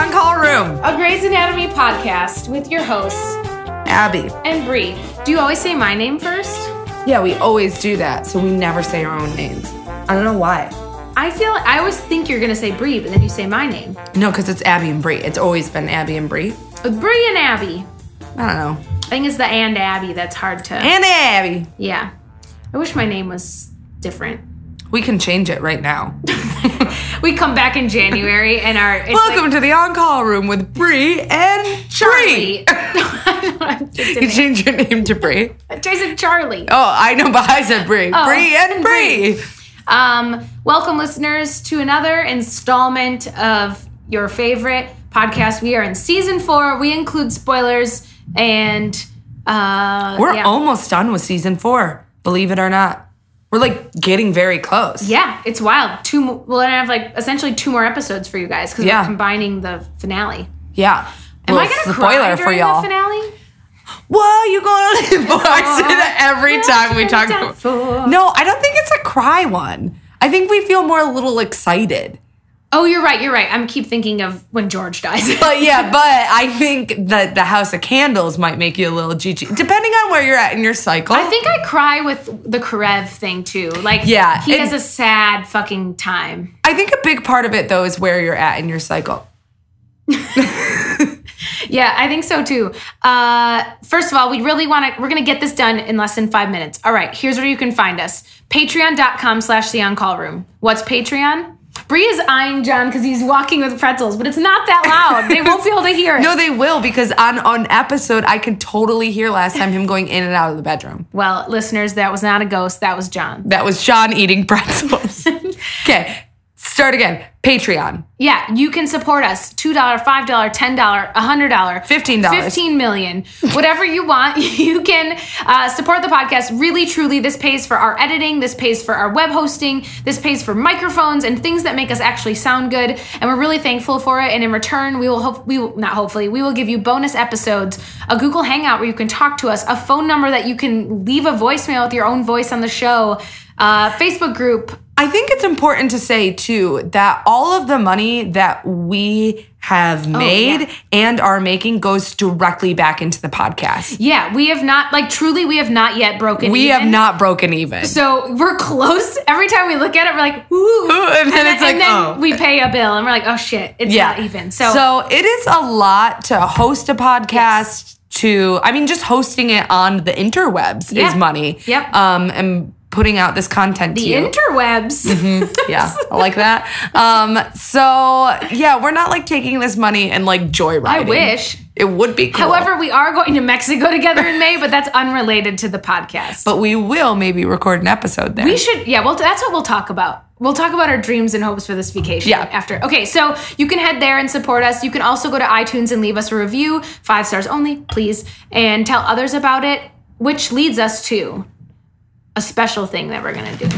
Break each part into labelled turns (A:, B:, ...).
A: room.
B: A Grey's Anatomy podcast with your hosts
A: Abby.
B: and Bree. Do you always say my name first?
A: Yeah, we always do that, so we never say our own names. I don't know why.
B: I feel I always think you're gonna say Bree, but then you say my name.
A: No, because it's Abby and Bree. It's always been Abby and Bree.
B: With Bree and Abby.
A: I don't know.
B: I think it's the and Abby that's hard to.
A: And Abby.
B: yeah. I wish my name was different.
A: We can change it right now.
B: we come back in January and our it's
A: Welcome to the on-call room with Bree and
B: Like,
A: Bree.
B: Charlie.
A: You change your name to Bree.
B: Jason Charlie.
A: Oh, I know, but I said Bree. Bree Oh, and Bree.
B: Um, welcome, listeners, to another installment of your favorite podcast. We are in season four. We include spoilers, and uh,
A: We're
B: yeah.
A: almost done with season four. Believe it or not, we're like getting very close.
B: yeah, it's wild. Two. mo- Well, I have like essentially two more episodes for you guys because
A: Yeah.
B: we're combining the finale.
A: Yeah.
B: Am I
A: Little
B: gonna cry
A: spoiler
B: during
A: for y'all?
B: the finale?
A: Whoa, you gonna live for? I say that every time we talk.
B: down for.
A: About, no, I don't think it's a cry one. I think we feel more a little excited.
B: Oh, you're right. You're right. I'm keep thinking of when George dies.
A: But yeah, but I think that the House of Candles might make you a little GG, depending on where you're at in your cycle.
B: I think I cry with the Karev thing too. Like,
A: Yeah,
B: he
A: and-
B: has a sad fucking time.
A: I think a big part of it though is where you're at in your cycle.
B: Yeah, I think so too. Uh, first of all, we really want to. We're going to get this done in less than five minutes. All right, here's where you can find us: Patreon.com/slash The On Call Room. What's Patreon? Bree is eyeing John because he's walking with pretzels, but it's not that loud. They won't be able to hear it.
A: No, they will because on on episode I could totally hear last time him going in and out of the bedroom.
B: well, listeners, that was not a ghost. That was John.
A: That was John eating pretzels. okay, start again. Patreon.
B: Yeah, you can support us $2, $5, $10, $100,
A: $15.
B: $15 million. Whatever you want, you can uh, support the podcast. Really, truly, this pays for our editing, this pays for our web hosting, this pays for microphones and things that make us actually sound good. And we're really thankful for it. And in return, we will hope, we will, not hopefully, we will give you bonus episodes, a Google Hangout where you can talk to us, a phone number that you can leave a voicemail with your own voice on the show, uh, Facebook group.
A: I think it's important to say too that all of the money that we have
B: Oh,
A: made
B: yeah.
A: and are making goes directly back into the podcast.
B: Yeah, we have not, like, truly, we have not yet broken
A: We have
B: even.
A: not broken even.
B: So we're close. Every time we look at it, we're like, ooh.
A: and then it's like, oh.
B: we pay a bill and we're like, oh shit, it's not even. So,
A: it is a lot to host a podcast. To I mean, just hosting it on the interwebs
B: Yeah.
A: is money.
B: Yep.
A: Um, and putting out this content to
B: the
A: you. Mm-hmm.
B: interwebs.
A: yeah, I like that. Um, so yeah, we're not like taking this money and like joyriding.
B: I wish.
A: it would be. Cool.
B: However, we are going to Mexico together in May, but that's unrelated to the podcast.
A: but we will maybe record an episode there.
B: we should, yeah, well, that's what we'll talk about. We'll talk about our dreams and hopes for this vacation
A: Yeah.
B: after. Okay, so you can head there and support us. You can also go to iTunes and leave us a review, five stars only, please, and tell others about it, which leads us to a special thing that we're going to do.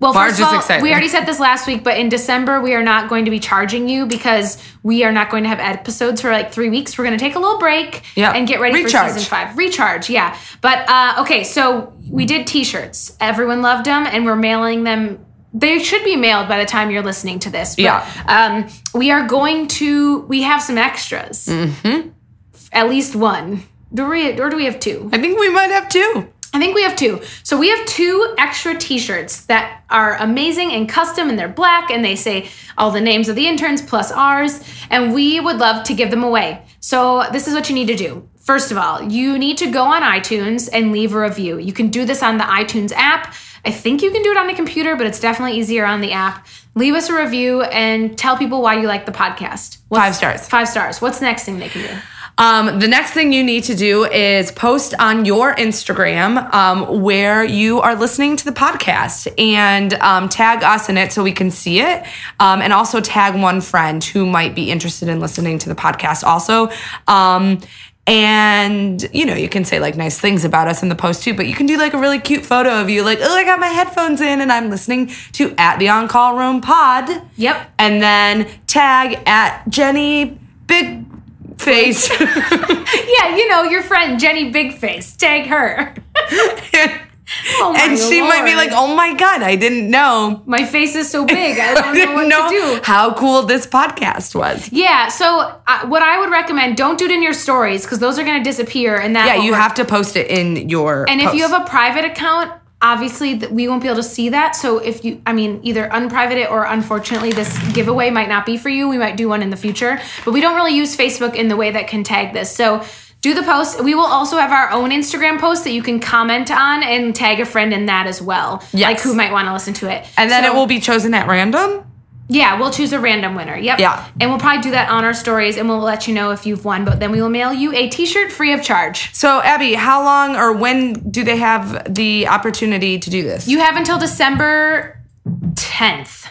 B: Well,
A: Marge
B: first of
A: is
B: all,
A: excited.
B: we already said this last week, but in December we are not going to be charging you because we are not going to have episodes for like three weeks. We're going to take a little break
A: Yeah.
B: and get ready
A: Recharge.
B: for season five. Recharge, yeah. But uh, okay, so we did T-shirts. Everyone loved them, and we're mailing them. They should be mailed by the time you're listening to this. But,
A: Yeah.
B: Um, we are going to. We have some extras. Mm-hmm. At least one. Do we? Or do we have two?
A: I think we might have two.
B: I think we have two. So we have two extra t-shirts that are amazing and custom and they're black and they say all the names of the interns plus ours and we would love to give them away. So this is what you need to do. First of all, you need to go on iTunes and leave a review. You can do this on the iTunes app. I think you can do it on the computer, but it's definitely easier on the app. Leave us a review and tell people why you like the podcast. What's-
A: Five stars.
B: Five stars. What's the next thing they can do?
A: Um, the next thing you need to do is post on your Instagram um, where you are listening to the podcast and um, tag us in it so we can see it. Um, and also tag one friend who might be interested in listening to the podcast also. Um, and you know you can say like nice things about us in the post too but you can do like a really cute photo of you like oh i got my headphones in and i'm listening to at the on call room pod
B: Yep.
A: and then tag at jenny big face
B: Yeah, you know, your friend Jenny Bigface. Tag her.
A: and
B: Oh my
A: and she might be
B: Lord.
A: like, "Oh my god, I didn't know.
B: my face is so big. I
A: I
B: don't know what
A: didn't know
B: to do.
A: how cool this podcast was."
B: Yeah. So uh, what I would recommend, don't do it in your stories because those are going to disappear. And that
A: Yeah,
B: won't
A: you
B: work.
A: have to post it in your.
B: Oh, And if you
A: post.
B: have a private account, obviously th- we won't be able to see that. So if you, I mean, either unprivate it or unfortunately this giveaway might not be for you. We might do one in the future, but we don't really use Facebook in the way that can tag this. So. Do the post. We will also have our own Instagram post that you can comment on and tag a friend in that as well.
A: Yes.
B: Like who might want to listen to it.
A: and then
B: So-
A: it will be chosen at random.
B: yeah, we'll choose a random winner. Yep.
A: Yeah.
B: And we'll probably do that on our stories and we'll let you know if you've won, but then we will mail you a t shirt free of charge.
A: So, Abby, how long or when do they have the opportunity to do this?
B: You have until December 10th.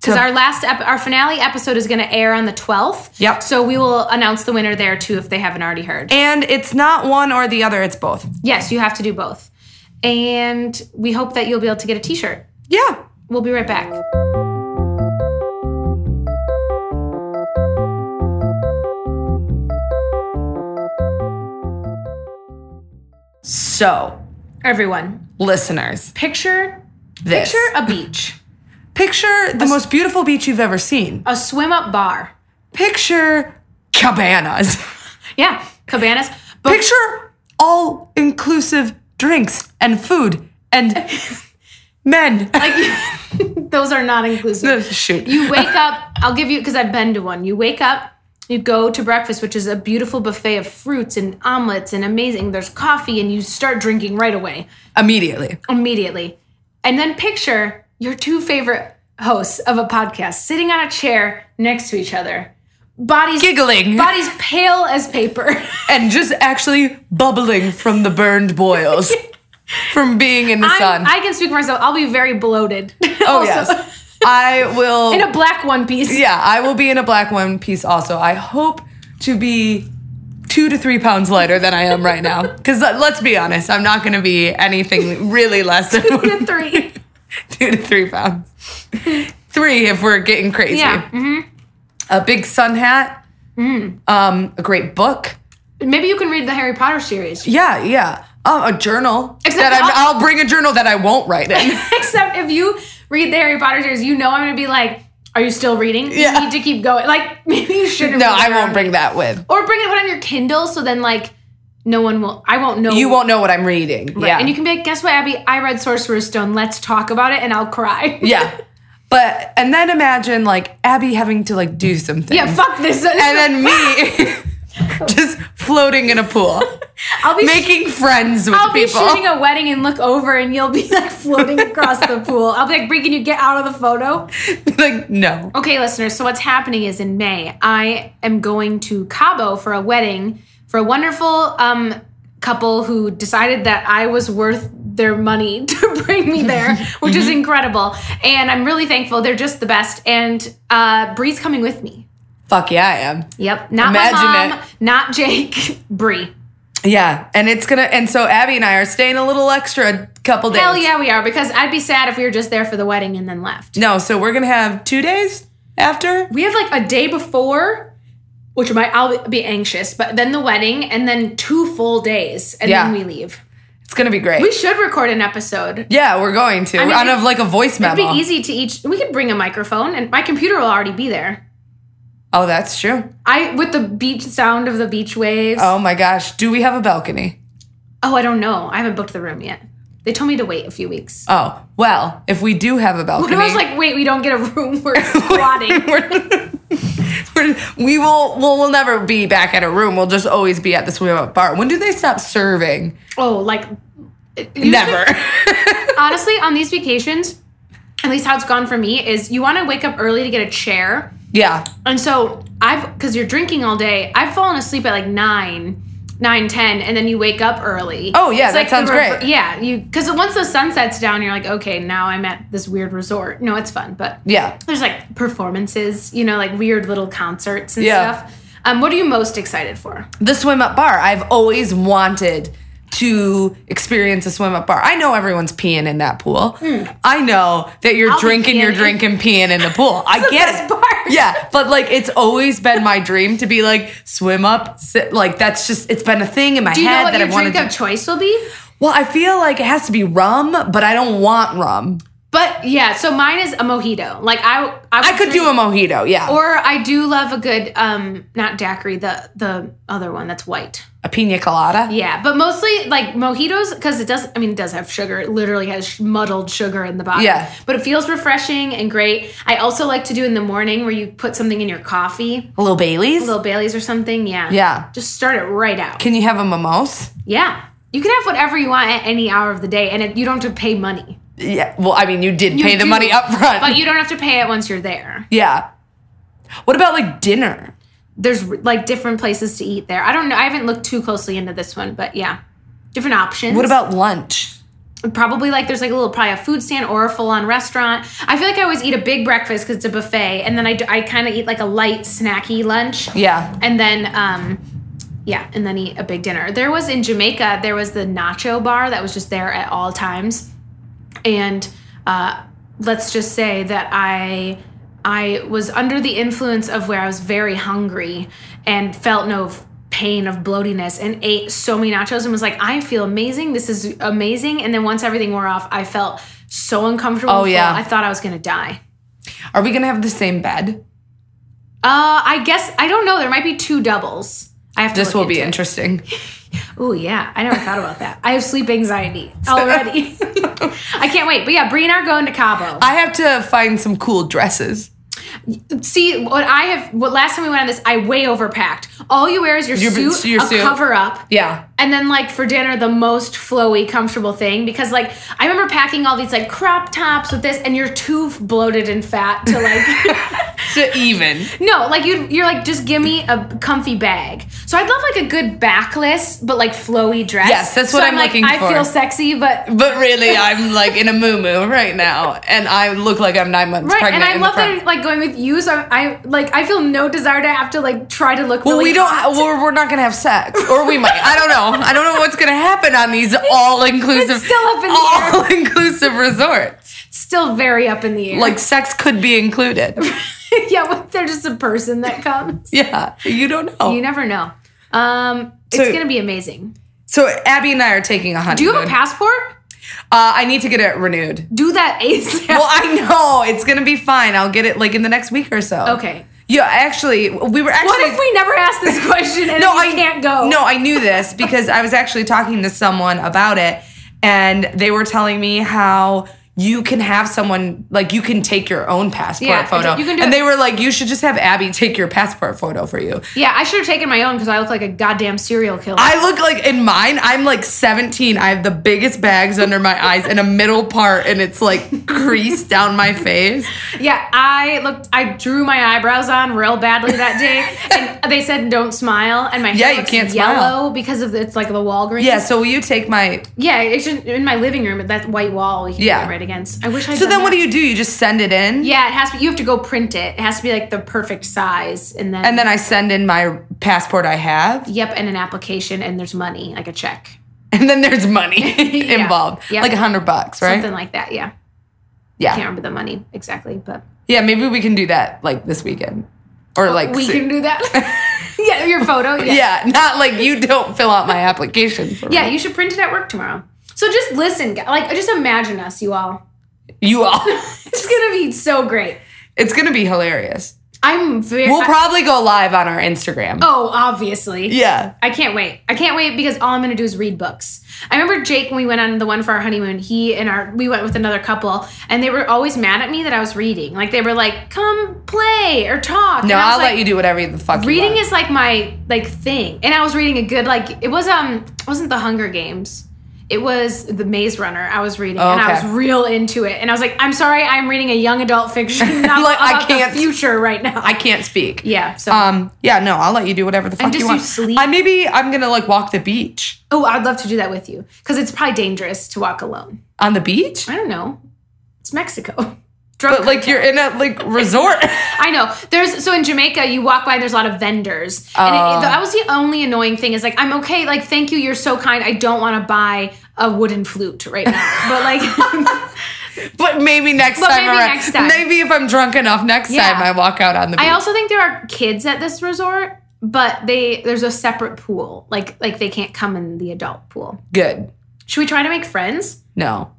B: Because
A: To-
B: our last, ep- our finale episode is going to air on the 12th.
A: Yep.
B: So we will announce the winner there too if they haven't already heard.
A: and it's not one or the other; it's both.
B: yes, you have to do both. And we hope that you'll be able to get a t shirt.
A: Yeah.
B: We'll be right back.
A: So,
B: Everyone,
A: listeners,
B: picture,
A: this
B: picture a beach,
A: picture the most beautiful beach you've ever seen.
B: a swim up bar.
A: Picture cabanas.
B: Yeah, cabanas. But
A: Picture all inclusive drinks and food and men.
B: those are not inclusive.
A: Shoot.
B: you wake up i'll give you because i've been to one you wake up you go to breakfast which is a beautiful buffet of fruits and omelets and amazing there's coffee and you start drinking right away
A: Immediately.
B: immediately and then picture your two favorite hosts of a podcast sitting on a chair next to each other bodies
A: Giggling.
B: bodies pale as paper
A: And just actually bubbling from the burned boils from being in the sun.
B: I'm, i can speak for myself i'll be very bloated
A: oh, yes. I will.
B: in a black one piece
A: yeah, I will be in a black one piece also. I hope to be two to three pounds lighter than I am right now. Because let's be honest, I'm not going to be anything really less than
B: three
A: two to three pounds. Three if we're getting crazy.
B: yeah Hmm. mhm.
A: A big sun hat. Um, a great book.
B: maybe you can read the harry potter series
A: Yeah, yeah. Um, a journal.
B: Except
A: that I'm-
B: I'll-
A: I'll, bring a journal that I won't write in.
B: Except if you read the Harry Potter series, you know I'm gonna be like, "Are you still reading? You
A: Yeah.
B: need to keep going." Like maybe you shouldn't.
A: no,
B: read
A: I
B: it
A: won't
B: on-
A: bring that with.
B: Or bring it on your Kindle, so then like no one will. I won't know.
A: You won't know what I'm reading.
B: Right.
A: Yeah.
B: And you can be like, "Guess what, Abby? I read Sorcerer's Stone. Let's talk about it," and I'll cry.
A: yeah. But and then imagine like Abby having to like do something.
B: yeah. Fuck this.
A: and then me just floating in a pool,
B: I'll be
A: making friends with
B: I'll be
A: people.
B: shooting a wedding and look over, and you'll be like floating across the pool. I'll be like, "Brie, can you get out of the photo?"
A: like no.
B: Okay, listeners, so what's happening is in May, I am going to Cabo for a wedding for a wonderful um, couple who decided that I was worth their money to bring me there, which is incredible. And I'm really thankful. They're just the best. And uh, Bree's coming with me.
A: Fuck yeah, I am.
B: Yep. Not my
A: Imagine
B: mom, not Jake, Bree.
A: Yeah, and it's gonna. And so Abby and I are staying a little extra couple days.
B: Hell yeah, we are, because I'd be sad if we were just there for the wedding and then left.
A: No, so we're gonna have two days after.
B: We have like a day before, which might I'll be anxious, but then the wedding and then two full days and
A: Yeah.
B: then we leave.
A: It's gonna be great.
B: We should record an episode.
A: yeah, we're going to. I
B: mean,
A: out
B: it-
A: of like a voice memo.
B: It'd be easy to each. We could bring a microphone, and my computer will already be there.
A: Oh, that's true.
B: I with the beach sound of the beach waves.
A: Oh my gosh, do we have a balcony?
B: Oh, I don't know. I haven't booked the room yet. They told me to wait a few weeks.
A: Oh well, if we do have a balcony,
B: But I was like, wait, we don't get a room. We're squatting.
A: we're, we're, we will we'll, we'll never be back at a room. We'll just always be at the swim up bar. When do they stop serving?
B: oh, like usually-
A: Never.
B: honestly, on these vacations, at least how it's gone for me is you want to wake up early to get a chair.
A: yeah.
B: And so I've because you're drinking all day, I've fallen asleep at like nine, nine ten, and then you wake up early.
A: Oh, yeah, that
B: the
A: sounds
B: rever-
A: great.
B: Yeah, you because once the sun sets down, you're like, okay, now I'm at this weird resort. No, it's fun, but
A: Yeah.
B: there's like performances, you know, like weird little concerts and
A: Yeah.
B: stuff. Um, what are you most excited for?
A: The swim up bar. I've always wanted to experience a swim up bar. I know everyone's peeing in that pool. I know that you're
B: Hmm. I'll be
A: drinking your
B: peeing.
A: drink and peeing in the pool. I get
B: best
A: it.
B: part.
A: Yeah, but like it's always been my dream to be like swim up. si- Like that's just it's been a thing in my
B: Do you
A: head
B: know what
A: that
B: your
A: I wanted
B: drink
A: to
B: of choice will be?
A: Well, I feel like it has to be rum, but I don't want rum.
B: But yeah, so mine is a mojito. Like I, I, would
A: I could
B: drink-
A: do a mojito, yeah. Or
B: Or I do love a good, um, not daiquiri, the the other one that's white.
A: a pina colada.
B: Yeah, but mostly like mojitos because it does. I mean, it does have sugar. It literally has sh- muddled sugar in the bottom.
A: Yeah.
B: but it feels refreshing and great. I also like to do in the morning where you put something in your coffee,
A: A little Bailey's.
B: little Bailey's or something. Yeah,
A: Yeah.
B: Just start it right out.
A: Can you have a mimose?
B: yeah, you can have whatever you want at any hour of the day, and it, you don't have to pay money.
A: Yeah. Well, I mean, you did
B: You
A: pay the
B: do,
A: money up front.
B: but you don't have to pay it once you're there.
A: yeah. What about like dinner?
B: There's like different places to eat there. I don't know. I haven't looked too closely into this one, but yeah, different options.
A: What about lunch?
B: probably like there's like a little probably a food stand or a full-on restaurant i feel like i always eat a big breakfast because it's a buffet and then i, kind of eat like a light snacky lunch
A: Yeah.
B: and then um yeah and then eat a big dinner there was in jamaica there was the nacho bar that was just there at all times and uh let's just say that i i was under the influence of where i was very hungry and felt no f- pain of bloatiness and ate so many nachos and was like i feel amazing this is amazing and then once everything wore off i felt so uncomfortable
A: Oh,
B: and full.
A: yeah.
B: i thought i was gonna die
A: Are we gonna have the same bed?
B: uh i guess i don't know there might be two doubles i have to look
A: This will
B: into
A: be
B: it.
A: interesting.
B: Oh yeah, I never thought about that. I have sleep anxiety already. I can't wait. But yeah, Bree and I are going to Cabo.
A: I have to find some cool dresses.
B: See what I have. What last time we went on this, I way overpacked. All you wear is your,
A: Your-
B: suit,
A: your
B: a
A: suit.
B: cover up,
A: Yeah.
B: and then like for dinner, the most flowy, comfortable thing. Because like I remember packing all these like crop tops with this, and you're too bloated and fat to like.
A: To even.
B: No, like you, you're like just give me a comfy bag. So I'd love like a good backless but like flowy dress.
A: Yes, that's what
B: So
A: I'm
B: like,
A: looking for.
B: I feel sexy, but
A: But really, I'm like in a moo moo right now, and I look like I'm nine months
B: Right,
A: pregnant.
B: and I
A: in
B: love
A: the front.
B: that like going with you. So I like I feel no desire to have to like try to look.
A: Well,
B: really
A: we don't.
B: hot.
A: Ha- well, we're not gonna have sex, or we might. I don't know. I don't know what's gonna happen on these all inclusive,
B: It's still up in the air.
A: all inclusive resorts.
B: It's Still very up in the air.
A: Like sex could be included.
B: yeah, but they're just a person that comes.
A: Yeah, you don't know.
B: You never know. Um, it's
A: So-
B: gonna be amazing.
A: so Abby and I are taking a
B: Do
A: honeymoon.
B: you have a passport?
A: Uh, I need to get it renewed.
B: Do that ASAP.
A: Well, I know it's gonna be fine. I'll get it like in the next week or so.
B: okay.
A: Yeah, actually, we were actually.
B: What if we never ask this question and we can't go?
A: No, I knew this because I was actually talking to someone about it, and they were telling me how you can have someone like you can take your own passport
B: Yeah,
A: photo.
B: you can do
A: and
B: it.
A: they were like, you should just have Abby take your passport photo for you.
B: Yeah, I should have taken my own because I look like a goddamn serial killer.
A: I look like in mine, I'm like 17. I have the biggest bags under my eyes and a middle part, and it's like creased down my face.
B: Yeah, I looked. I drew my eyebrows on real badly that day, and they said don't smile, and my hair
A: Yeah, you
B: looks
A: can't smile.
B: yellow because of the, it's like the Walgreens.
A: Yeah, so will you take my.
B: yeah, it's just in my living room that white wall. We can
A: Yeah.
B: get right against. I wish I.
A: So then what do you do? You just send it in?
B: Yeah, it has to. Be, you have to go print it. It has to be like the perfect size, and then
A: And then I send in my passport I have.
B: yep, and an application, and there's money like a check,
A: and then there's money
B: Yeah.
A: involved,
B: Yep.
A: like a hundred bucks, right?
B: something like that. Yeah,
A: yeah,
B: can't remember the money exactly, but
A: yeah. Maybe we can do that like this weekend, or like
B: Oh, we
A: so-
B: can do that. yeah, your photo. Yeah.
A: yeah, not like you don't fill out my application. For
B: yeah,
A: me.
B: you should print it at work tomorrow. So just listen, gu- like just imagine us, you all.
A: you all.
B: It's gonna be so great.
A: It's gonna be hilarious.
B: I'm very.
A: We'll probably go live on our Instagram.
B: oh, obviously.
A: Yeah,
B: I can't wait. I can't wait because all I'm gonna do is read books. I remember Jake when we went on the one for our honeymoon. He and our we went with another couple, and they were always mad at me that I was reading. Like they were like, "Come play or talk."
A: no,
B: and I was
A: I'll
B: like,
A: let you do whatever the fuck. you
B: Reading
A: want.
B: is like my like thing, and I was reading a good like it was um it wasn't the Hunger Games. It was the Maze Runner. I was reading, and I
A: okay.
B: was real into it. And I was like, "I'm sorry, I'm reading a young adult fiction novel
A: Like, I
B: about
A: can't-
B: the future right now."
A: I can't speak.
B: yeah. So
A: Um. Yeah. No, I'll let you do whatever the fuck
B: just
A: you
B: you
A: want.
B: sleep.
A: I maybe I'm gonna like walk the beach
B: Oh, I'd love to do that with you because it's probably dangerous to walk alone.
A: on the beach,
B: I don't know. It's Mexico. Drug
A: but like you're in a like resort.
B: I know. There's so in Jamaica, you walk by and there's a lot of vendors, and
A: Oh.
B: it, that was the only annoying thing. Is like I'm okay, like thank you, you're so kind. I don't want to buy a wooden flute right now, but like
A: But maybe next
B: But
A: time
B: maybe
A: around.
B: next time.
A: Maybe if I'm drunk enough next
B: Yeah.
A: time I walk out on the beach.
B: I also think there are kids at this resort, but they there's a separate pool, like like they can't come in the adult pool.
A: Good.
B: Should we try to make friends?
A: No.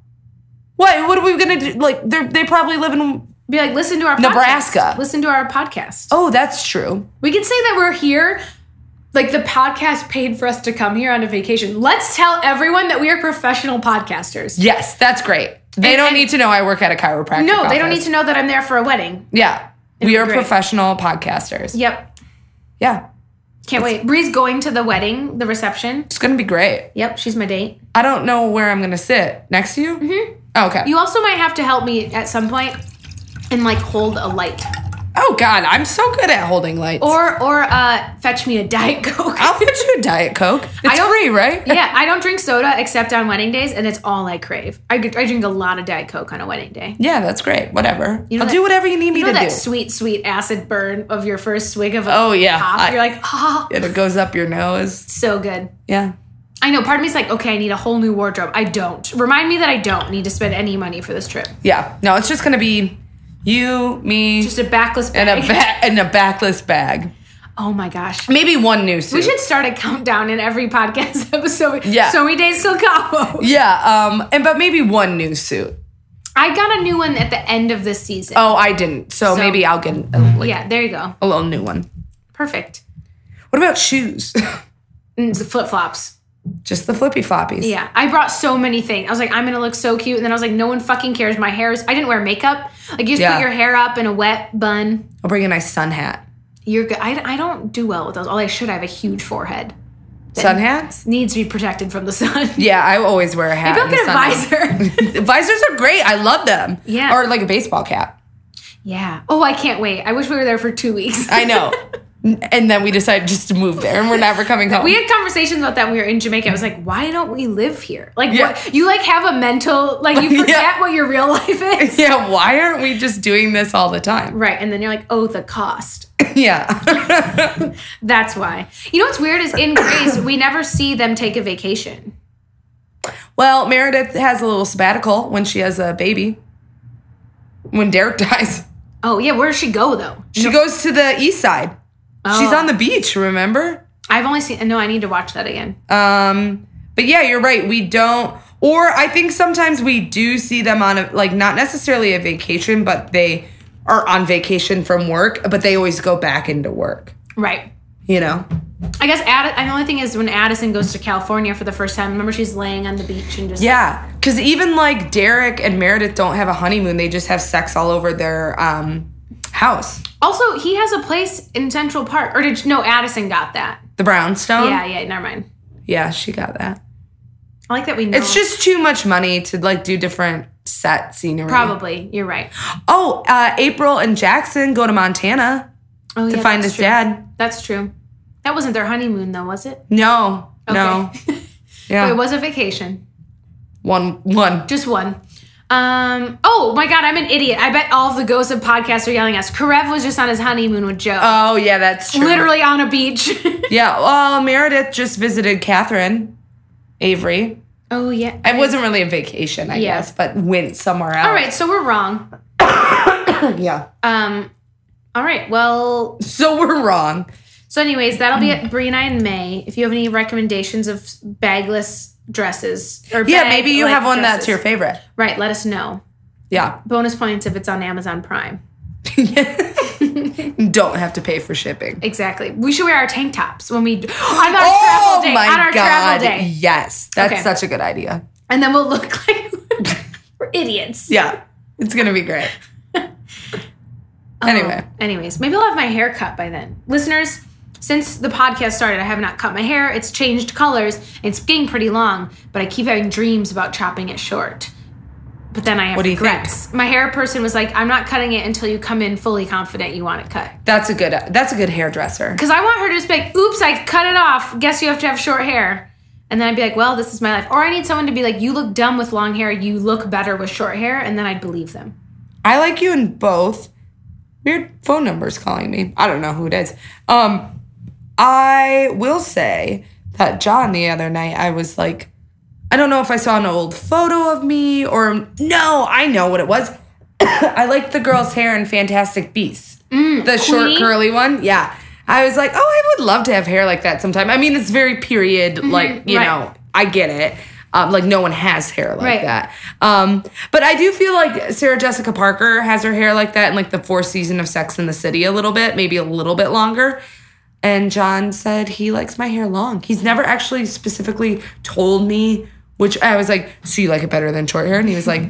A: What? What are we gonna do? Like, they they probably live in.
B: Be like, listen to our podcast.
A: Nebraska.
B: Listen to our podcast.
A: Oh, that's true.
B: We can say that we're here. Like the podcast paid for us to come here on a vacation. Let's tell everyone that we are professional podcasters.
A: Yes, that's great. They
B: And-
A: don't
B: and-
A: need to know I work at a chiropractor.
B: No, they don't need to know that I'm there for a wedding.
A: Yeah,
B: It'd be
A: we are
B: great.
A: professional podcasters. Yeah,
B: Yep. Can't wait. Bree's going to the wedding, the reception.
A: it's gonna be great.
B: Yep, she's my date.
A: I don't know where I'm gonna sit next to you. Mm-hmm. Oh, okay.
B: You also might have to help me at some point and like hold a light.
A: oh God, I'm so good at holding lights.
B: Or or uh fetch me a Diet Coke.
A: I'll fetch you a diet coke. It's
B: don't-
A: free, right?
B: yeah, I don't drink soda except on wedding days, and it's all I crave. I, I drink a lot of Diet Coke on a wedding day.
A: Yeah, that's great. Whatever.
B: know
A: I'll
B: that-
A: do whatever you need me
B: You know
A: to
B: that
A: do.
B: sweet, sweet acid burn of your first swig of a
A: Oh, yeah.
B: pop?
A: I-
B: You're like, ah,
A: and it goes up your nose.
B: so good.
A: Yeah.
B: I know. Part of me's like, okay, I need a whole new wardrobe. I don't. Remind me that I don't need to spend any money for this trip.
A: Yeah. No, it's just gonna be you, me,
B: Just a backless bag.
A: and a ba- and a backless bag.
B: oh my gosh.
A: Maybe one new suit.
B: We should start a countdown in every podcast episode.
A: Yeah.
B: So many days till Cabo.
A: Yeah. Um. And but maybe one new suit.
B: I got a new one at the end of this season.
A: Oh, I didn't. So,
B: So-
A: maybe I'll get a, like,
B: Yeah, there you go.
A: a little new one.
B: Perfect.
A: What about shoes?
B: Flip flops.
A: just the flippy floppies.
B: Yeah, I brought so many things. I was like, I'm gonna look so cute, and then I was like, no one fucking cares. My hair is. I didn't wear makeup. Like you just
A: Yeah.
B: put your hair up in a wet bun.
A: I'll bring a nice sun hat.
B: You're good. I, I don't do well with those. All I should I have a huge forehead.
A: Sun hats.
B: Needs to be protected from the sun.
A: Yeah, I always wear a hat.
B: Maybe I'll
A: in the
B: get a
A: sun.
B: visor.
A: Visors are great. I love them.
B: Yeah.
A: Or like a baseball cap.
B: yeah. Oh, I can't wait. I wish we were there for two weeks.
A: I know. and then we decided just to move there and we're never coming home.
B: we had conversations about that when we were in Jamaica. I was like, why don't we live here? Like,
A: Yeah.
B: what, you like have a mental like you
A: Yeah.
B: forget what your real life is.
A: yeah, why aren't we just doing this all the time?
B: Right, and then you're like, oh, the cost.
A: yeah.
B: That's why. You know what's weird is in Grace, we never see them take a vacation.
A: well, Meredith has a little sabbatical when she has a baby. When Derek dies,
B: Oh yeah, where does she go though?
A: she goes to the east side. She's
B: Oh.
A: on the beach, remember?
B: I've only seen. No, I need to watch that again.
A: Um, but yeah, you're right. We don't, or I think sometimes we do see them on a, like not necessarily a vacation, but they are on vacation from work, but they always go back into work.
B: Right.
A: You know?
B: I guess Add- the only thing is when Addison goes to California for the first time. Remember, she's laying on the beach and just
A: Yeah, because even like Derek and Meredith don't have a honeymoon; they just have sex all over their um, house.
B: Also, he has a place in Central Park. Or did no? Addison got that.
A: The brownstone.
B: Yeah, yeah. Never mind.
A: yeah, she got that.
B: I like that we know.
A: It's just too much money to like do different set scenery.
B: probably you're right.
A: Oh, uh, April and Jackson go to Montana
B: Oh,
A: to
B: yeah,
A: find
B: that's
A: his
B: true.
A: dad.
B: That's true. That wasn't their honeymoon though, was it?
A: No, no.
B: But
A: Yeah.
B: it was a vacation.
A: one, one.
B: Just one. Um. Oh my God, I'm an idiot. I bet all of the ghosts of podcasts are yelling at us. Karev was just on his honeymoon with Joe,
A: Oh, yeah, that's true.
B: literally on a beach.
A: Yeah. Well, Meredith just visited Catherine Avery.
B: oh yeah.
A: It wasn't really a vacation, I
B: Yeah.
A: guess, but went somewhere else.
B: all right, so we're wrong.
A: Yeah.
B: Um. All right. Well.
A: So we're wrong.
B: So, anyways, that'll be it. Brie and I in May. If you have any recommendations of bagless dresses, or
A: Yeah,
B: bag,
A: maybe you
B: like,
A: have one that's
B: dresses.
A: your favorite.
B: right. Let us know.
A: Yeah.
B: Bonus points if it's on Amazon Prime.
A: Don't have to pay for shipping.
B: Exactly. We should wear our tank tops when we on our
A: Oh
B: travel day. on our travel day.
A: Yes. That's
B: Okay.
A: such a good idea.
B: and then we'll look like we're idiots.
A: Yeah. It's going to be great. anyway.
B: Oh, anyways, maybe I'll have my hair cut by then. Listeners, since the podcast started, I have not cut my hair. It's changed colors. and It's getting pretty long, but I keep having dreams about chopping it short. But then I have
A: What do you think?
B: regrets. My hair person was like, "I'm not cutting it until you come in fully confident you want it cut."
A: That's a good that's a good hairdresser.
B: Because I want her to just be like, "Oops, I cut it off. Guess you have to have short hair." And then I'd be like, "Well, this is my life." Or I need someone to be like, "You look dumb with long hair. You look better with short hair," and then I'd believe them.
A: I like you in both. Weird phone numbers calling me. I don't know who it is. Um, I will say that John the other night, I was like, I don't know if I saw an old photo of me or no, I know what it was. I liked the girl's hair in Fantastic Beasts, the short
B: Mm, Queenie?
A: curly one. Yeah, I was like, oh, I would love to have hair like that sometime. I mean, it's very period, like you
B: Mm-hmm. right.
A: know, I get it. Um, like no one has hair like
B: Right.
A: that. Um, but I do feel like Sarah Jessica Parker has her hair like that in like the fourth season of Sex in the City a little bit, maybe a little bit longer. And John said he likes my hair long. He's never actually specifically told me which I was like, so you like it better than short hair? And he was like,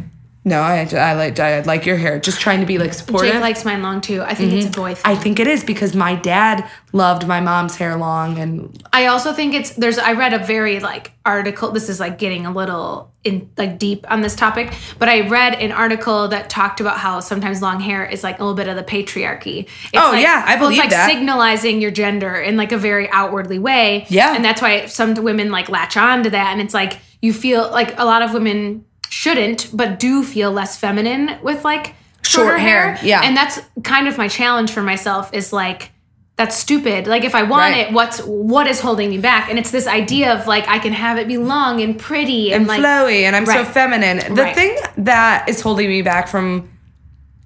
A: no, I, I like I like your hair. Just trying to be like supportive.
B: Jake likes mine long too. I think it's a boy thing.
A: Mhm. I think it is because my dad loved my mom's hair long and
B: I also think it's there's I read a very like article this is like getting a little in like deep on this topic but I read an article that talked about how sometimes long hair is like a little bit of the patriarchy. It's
A: Oh,
B: like-
A: yeah, I
B: well,
A: believe
B: it's like
A: that.
B: signalizing your gender in like a very outwardly way.
A: Yeah.
B: And that's why some women like latch on to that and it's like you feel like a lot of women shouldn't but do feel less feminine with like
A: Short
B: shorter
A: hair, yeah.
B: And that's kind of my challenge for myself is like that's stupid. Like if I want
A: Right.
B: it, what's what is holding me back? And it's this idea of like I can have it be long and pretty and,
A: and
B: like
A: flowy and I'm
B: Right.
A: so feminine. The
B: Right.
A: thing that is holding me back from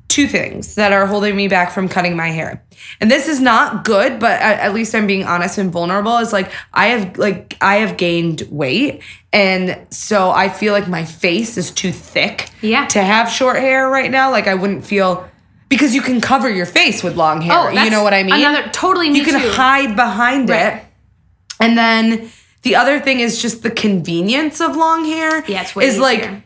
A: two things that are holding me back from cutting my hair. And this is not good, but at, at least I'm being honest and vulnerable is like I have like I have gained weight and so I feel like my face is too thick
B: Yeah.
A: to have short hair right now. Like I wouldn't feel because you can cover your face with long hair.
B: oh,
A: you know
B: that's
A: what I mean?
B: Another totally me
A: you can
B: too.
A: hide behind
B: Right.
A: it. And then the other thing is just the convenience of long hair.
B: yeah, it's way
A: is like
B: easier.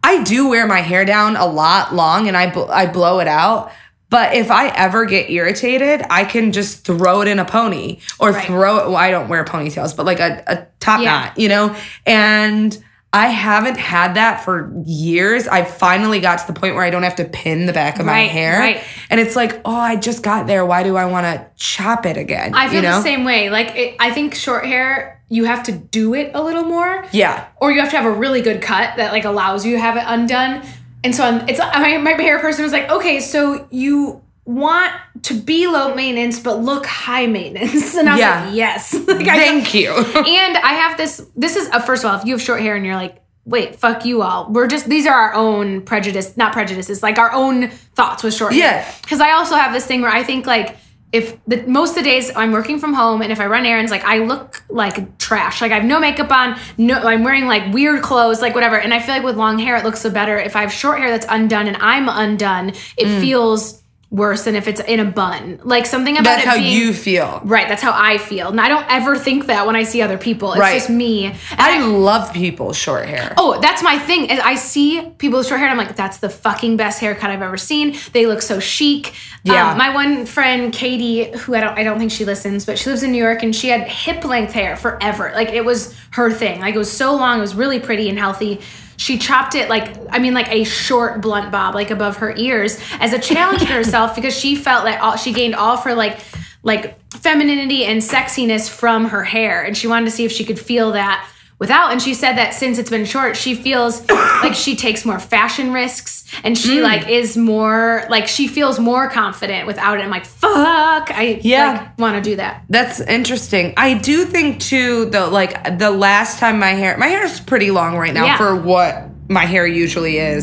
A: I do wear my hair down a lot long and I bl- I blow it out. But if I ever get irritated, I can just throw it in a pony or
B: Right.
A: throw it. Well, I don't wear ponytails, but like a, a top
B: Yeah.
A: knot, you know? And I haven't had that for years. I finally got to the point where I don't have to pin the back of my
B: Right,
A: hair.
B: right.
A: And it's like, oh, I just got there. Why do I want to chop it again?
B: I feel
A: you know?
B: the same way. Like it, I think short hair, you have to do it a little more.
A: Yeah.
B: or you have to have a really good cut that like allows you to have it undone. And so I'm, it's my, my hair person was like, okay, so you want to be low maintenance but look high maintenance, and I was
A: Yeah.
B: like, yes, like, I
A: Thank you.
B: and I have this. This is uh, first of all, if you have short hair and you're like, wait, fuck you all. We're just these are our own prejudice, not prejudices, like our own thoughts with short
A: Yeah.
B: Because I also have this thing where I think like if the most of the days I'm working from home and if I run errands, like I look like trash. Like I have no makeup on. No, I'm wearing like weird clothes, like whatever. And I feel like with long hair, it looks so better. If I have short hair that's undone and I'm undone, it
A: Mm.
B: feels worse than if it's in a bun. Like something about
A: That's
B: it
A: how
B: being,
A: you feel.
B: Right, that's how I feel. And I don't ever think that when I see other people. It's
A: Right.
B: just me. And
A: I
B: I-
A: love people short hair.
B: oh, that's my thing. is I see people with short hair and I'm like, that's the fucking best haircut I've ever seen. They look so chic. Um,
A: Yeah.
B: my one friend, Katie, who I don't I don't think she listens, but she lives in New York and she had hip length hair forever. Like it was her thing. Like it was so long, it was really pretty and healthy. She chopped it like I mean like a short blunt bob like above her ears as a challenge to herself because she felt like all she gained all for like like femininity and sexiness from her hair and she wanted to see if she could feel that without and she said that since it's been short she feels like she takes more fashion risks and
A: Mm.
B: she like is more like she feels more confident without it i'm like fuck i
A: Yeah.
B: like, want to do that
A: That's interesting. I do think too though like the last time my hair my hair is pretty long right now
B: Yeah.
A: for what my hair usually is.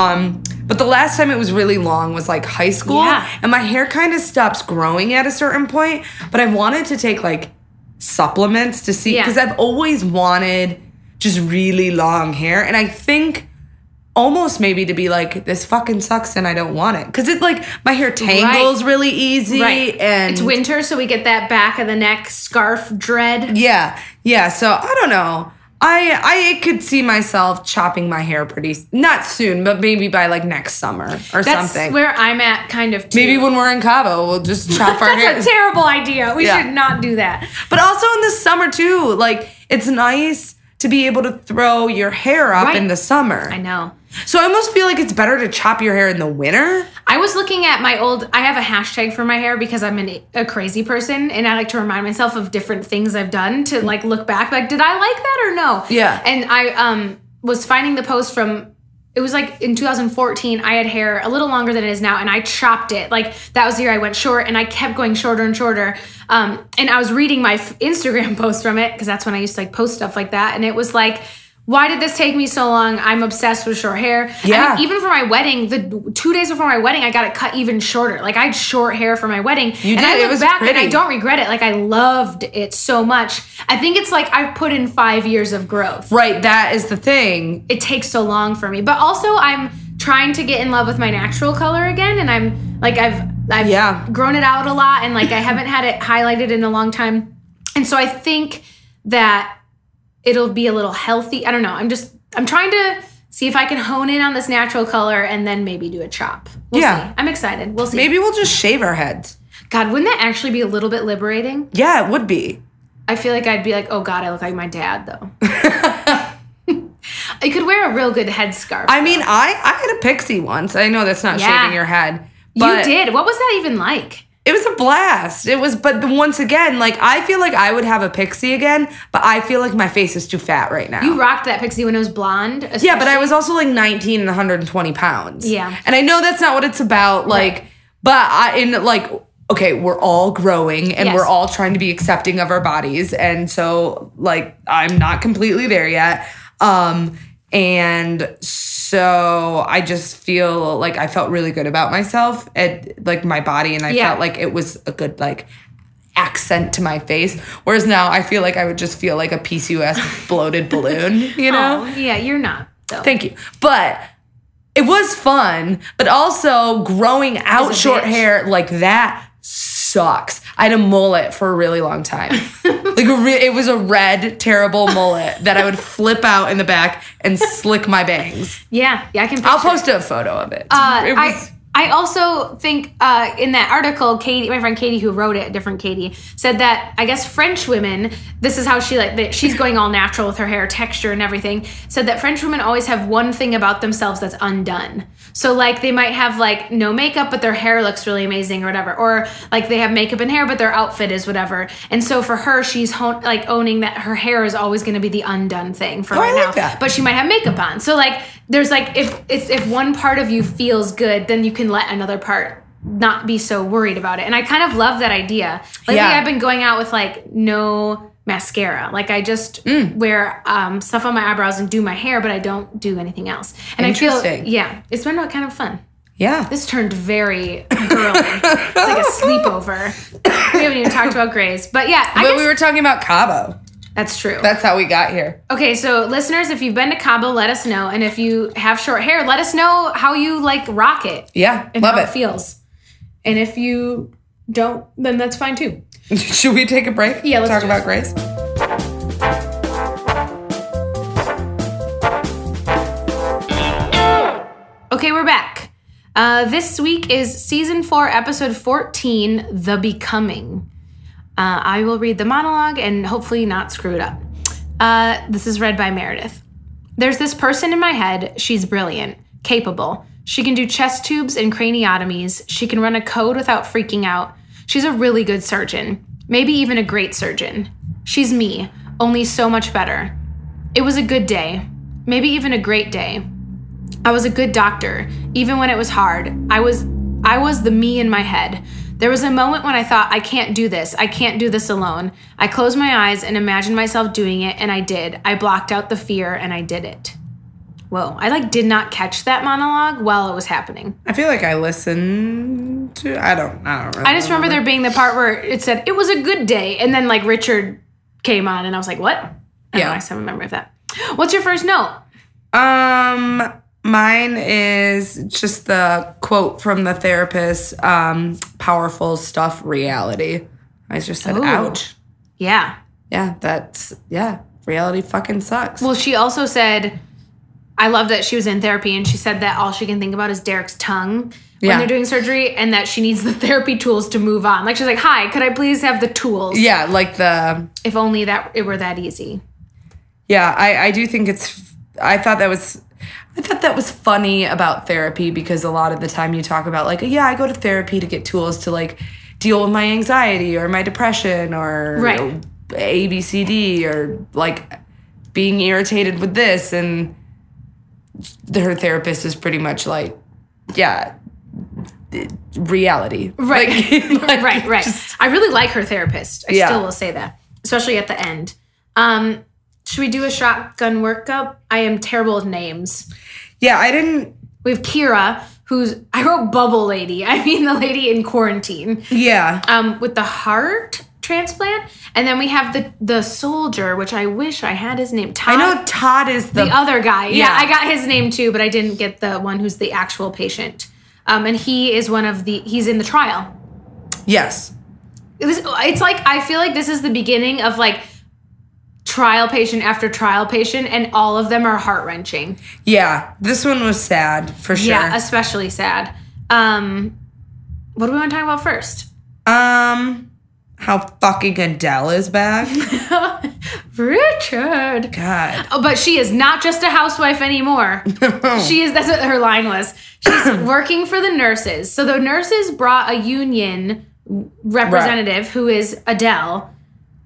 A: Um but the last time it was really long was like high school
B: Yeah.
A: and my hair kind of stops growing at a certain point, but I wanted to take like supplements to see
B: Yeah.
A: because I've always wanted just really long hair and I think almost maybe to be like this fucking sucks and I don't want it cuz it like my hair tangles really easy and
B: it's winter so we get that back of the neck scarf dread
A: yeah, yeah. So I don't know. I I could see myself chopping my hair pretty not soon, but maybe by like next summer or
B: that's
A: something.
B: where i'm at kind of too.
A: maybe when we're in Cabo, we'll just chop our hair.
B: that's a terrible idea we
A: Yeah.
B: should not do that
A: But also in the summer too, like it's nice to be able to throw your hair up
B: Right.
A: in the summer.
B: i know
A: So I almost feel like it's better to chop your hair in the winter.
B: I was looking at my old. I have a hashtag for my hair because I'm an, a crazy person, and I like to remind myself of different things I've done to like look back. Like, did I like that or no?
A: Yeah.
B: And I um was finding the post from. It was like in 2014. I had hair a little longer than it is now, and I chopped it. Like that was the year I went short, and I kept going shorter and shorter. Um, and I was reading my f- Instagram post from it because that's when I used to like post stuff like that, and it was like why did this take me so long? I'm obsessed with short hair. I
A: Yeah.
B: mean, even for my wedding, the two days before my wedding, I got it cut even shorter. Like I had short hair for my wedding.
A: You
B: and
A: did.
B: I
A: It
B: look
A: was
B: back and I
A: pretty.
B: don't regret it. Like I loved it so much. I think it's like I've put in five years of growth.
A: Right, that is the thing.
B: It takes so long for me. But also I'm trying to get in love with my natural color again. And I'm like I've I've
A: Yeah.
B: grown it out a lot and like I haven't had it highlighted in a long time. And so I think that it'll be a little healthy. I don't know. I'm just I'm trying to see if I can hone in on this natural color and then maybe do a chop. We'll
A: Yeah.
B: see. I'm excited. We'll see.
A: Maybe we'll just shave our heads.
B: God, wouldn't that actually be a little bit liberating?
A: Yeah, it would be.
B: I feel like I'd be like, oh God, I look like my dad though. I could wear a real good headscarf.
A: I mean, I I had a pixie once. I know that's not
B: Yeah.
A: shaving your head.
B: you
A: But
B: did. What was that even like?
A: It was a blast. It was, but once again, like I feel like I would have a pixie again, but I feel like my face is too fat right now.
B: You rocked that pixie when it was blonde.
A: Yeah, but I
B: especially.
A: was also like 19 and 120 pounds.
B: Yeah.
A: And I know that's not what it's about. Like, but I, in like, okay, we're all growing and
B: Yes.
A: we're all trying to be accepting of our bodies. And so, like, I'm not completely there yet. Um, and so I just feel like I felt really good about myself at like my body, and I
B: Yeah.
A: felt like it was a good like accent to my face. Whereas now I feel like I would just feel like a PCOS bloated balloon, you know?
B: Oh, yeah, you're not. Though.
A: Thank you. But it was fun, but also growing out
B: As a
A: short
B: bitch.
A: hair like that sucks. I had a mullet for a really long time. like a re- it was a red terrible mullet that I would flip out in the back and slick my bangs.
B: yeah, yeah, I can.
A: I'll
B: picture
A: post a photo of it.
B: Uh,
A: It was-
B: I, I also think uh, in that article, Katie, my friend Katie, who wrote it, different Katie, said that I guess French women, this is how she like that she's going all natural with her hair texture and everything. Said that French women always have one thing about themselves that's undone. So like they might have like no makeup, but their hair looks really amazing or whatever, or like they have makeup and hair, but their outfit is whatever. And so for her, she's hon- like owning that her hair is always going to be the undone thing for
A: Oh, I
B: right
A: like
B: now.
A: that.
B: But she might have makeup on. So like there's like if it's if one part of you feels good, then you can let another part not be so worried about it. And I kind of love that idea. Lately
A: Yeah.
B: I've been going out with like no mascara. Like I just
A: Mm.
B: wear um, stuff on my eyebrows and do my hair, but I don't do anything else. And I feel
A: Interesting.
B: yeah, it's been uh, kind of fun.
A: yeah.
B: This turned very girly. it's like a sleepover. we haven't even talked about Grays, but yeah, I
A: But
B: guess
A: we were talking about Cabo.
B: that's true.
A: That's how we got here.
B: Okay, so listeners, if you've been to Cabo, let us know. And if you have short hair, let us know how you like rock it
A: Yeah.
B: and
A: love
B: how
A: it.
B: feels. And if you don't, then that's fine too.
A: Should we take a break?
B: Yeah, let's
A: talk
B: do
A: about
B: it.
A: Grace.
B: Okay, we're back. Uh, this week is season four, episode 14 The Becoming. Uh, I will read the monologue and hopefully not screw it up. Uh, this is read by Meredith. There's this person in my head. She's brilliant, capable. She can do chest tubes and craniotomies. She can run a code without freaking out. She's a really good surgeon, maybe even a great surgeon. She's me, only so much better. It was a good day, maybe even a great day. I was a good doctor, even when it was hard. I was I was the me in my head. There was a moment when I thought I can't do this. I can't do this alone. I closed my eyes and imagined myself doing it and I did. I blocked out the fear and I did it. Whoa, I like did not catch that monologue while it was happening.
A: I feel like I listened to. I don't. I don't. Really
B: I just remember there being the part where it said it was a good day and then like Richard came on and I was like, "What?" I don't
A: Yeah.
B: know, I still remember that. What's your first note?
A: Um, mine is just the quote from the therapist. Um, powerful stuff, reality. I just said,
B: Ooh.
A: ouch.
B: Yeah.
A: Yeah, that's yeah. Reality fucking sucks.
B: Well, she also said, I love that she was in therapy and she said that all she can think about is Derek's tongue when
A: Yeah.
B: they're doing surgery and that she needs the therapy tools to move on. Like she's like, Hi, could I please have the tools?
A: yeah, like the
B: If only that it were that easy.
A: yeah. I I do think it's. I thought that was. I thought that was funny about therapy because a lot of the time you talk about like yeah I go to therapy to get tools to like deal with my anxiety or my depression or
B: Right.
A: A B C D or like being irritated with this and th- her therapist is pretty much like yeah th- reality
B: Right.
A: Like- like,
B: right, right. I really like her therapist. I
A: Yeah.
B: still will say that, especially at the end. Um, Should we do a shotgun workup? I am terrible with names.
A: Yeah, I didn't.
B: We have Kira, who's I wrote Bubble Lady. I mean the lady in quarantine
A: Yeah.
B: um, with the heart transplant, and then we have the the soldier, which I wish I had his name. Todd,
A: I know Todd is the.
B: the other guy. Yeah.
A: Yeah.
B: I got his name too, but I didn't get the one who's the actual patient. Um, and he is one of the he's in the trial.
A: yes.
B: It was, it's like I feel like this is the beginning of like trial patient after trial patient, and all of them are heart wrenching.
A: Yeah. This one was sad for sure.
B: Yeah, especially sad. Um, what do we want to talk about first?
A: um, how fucking Adele is back.
B: Richard.
A: God.
B: Oh, but she is not just a housewife anymore. she is that's what her line was. She's working for the nurses. So the nurses brought a union representative who is Adele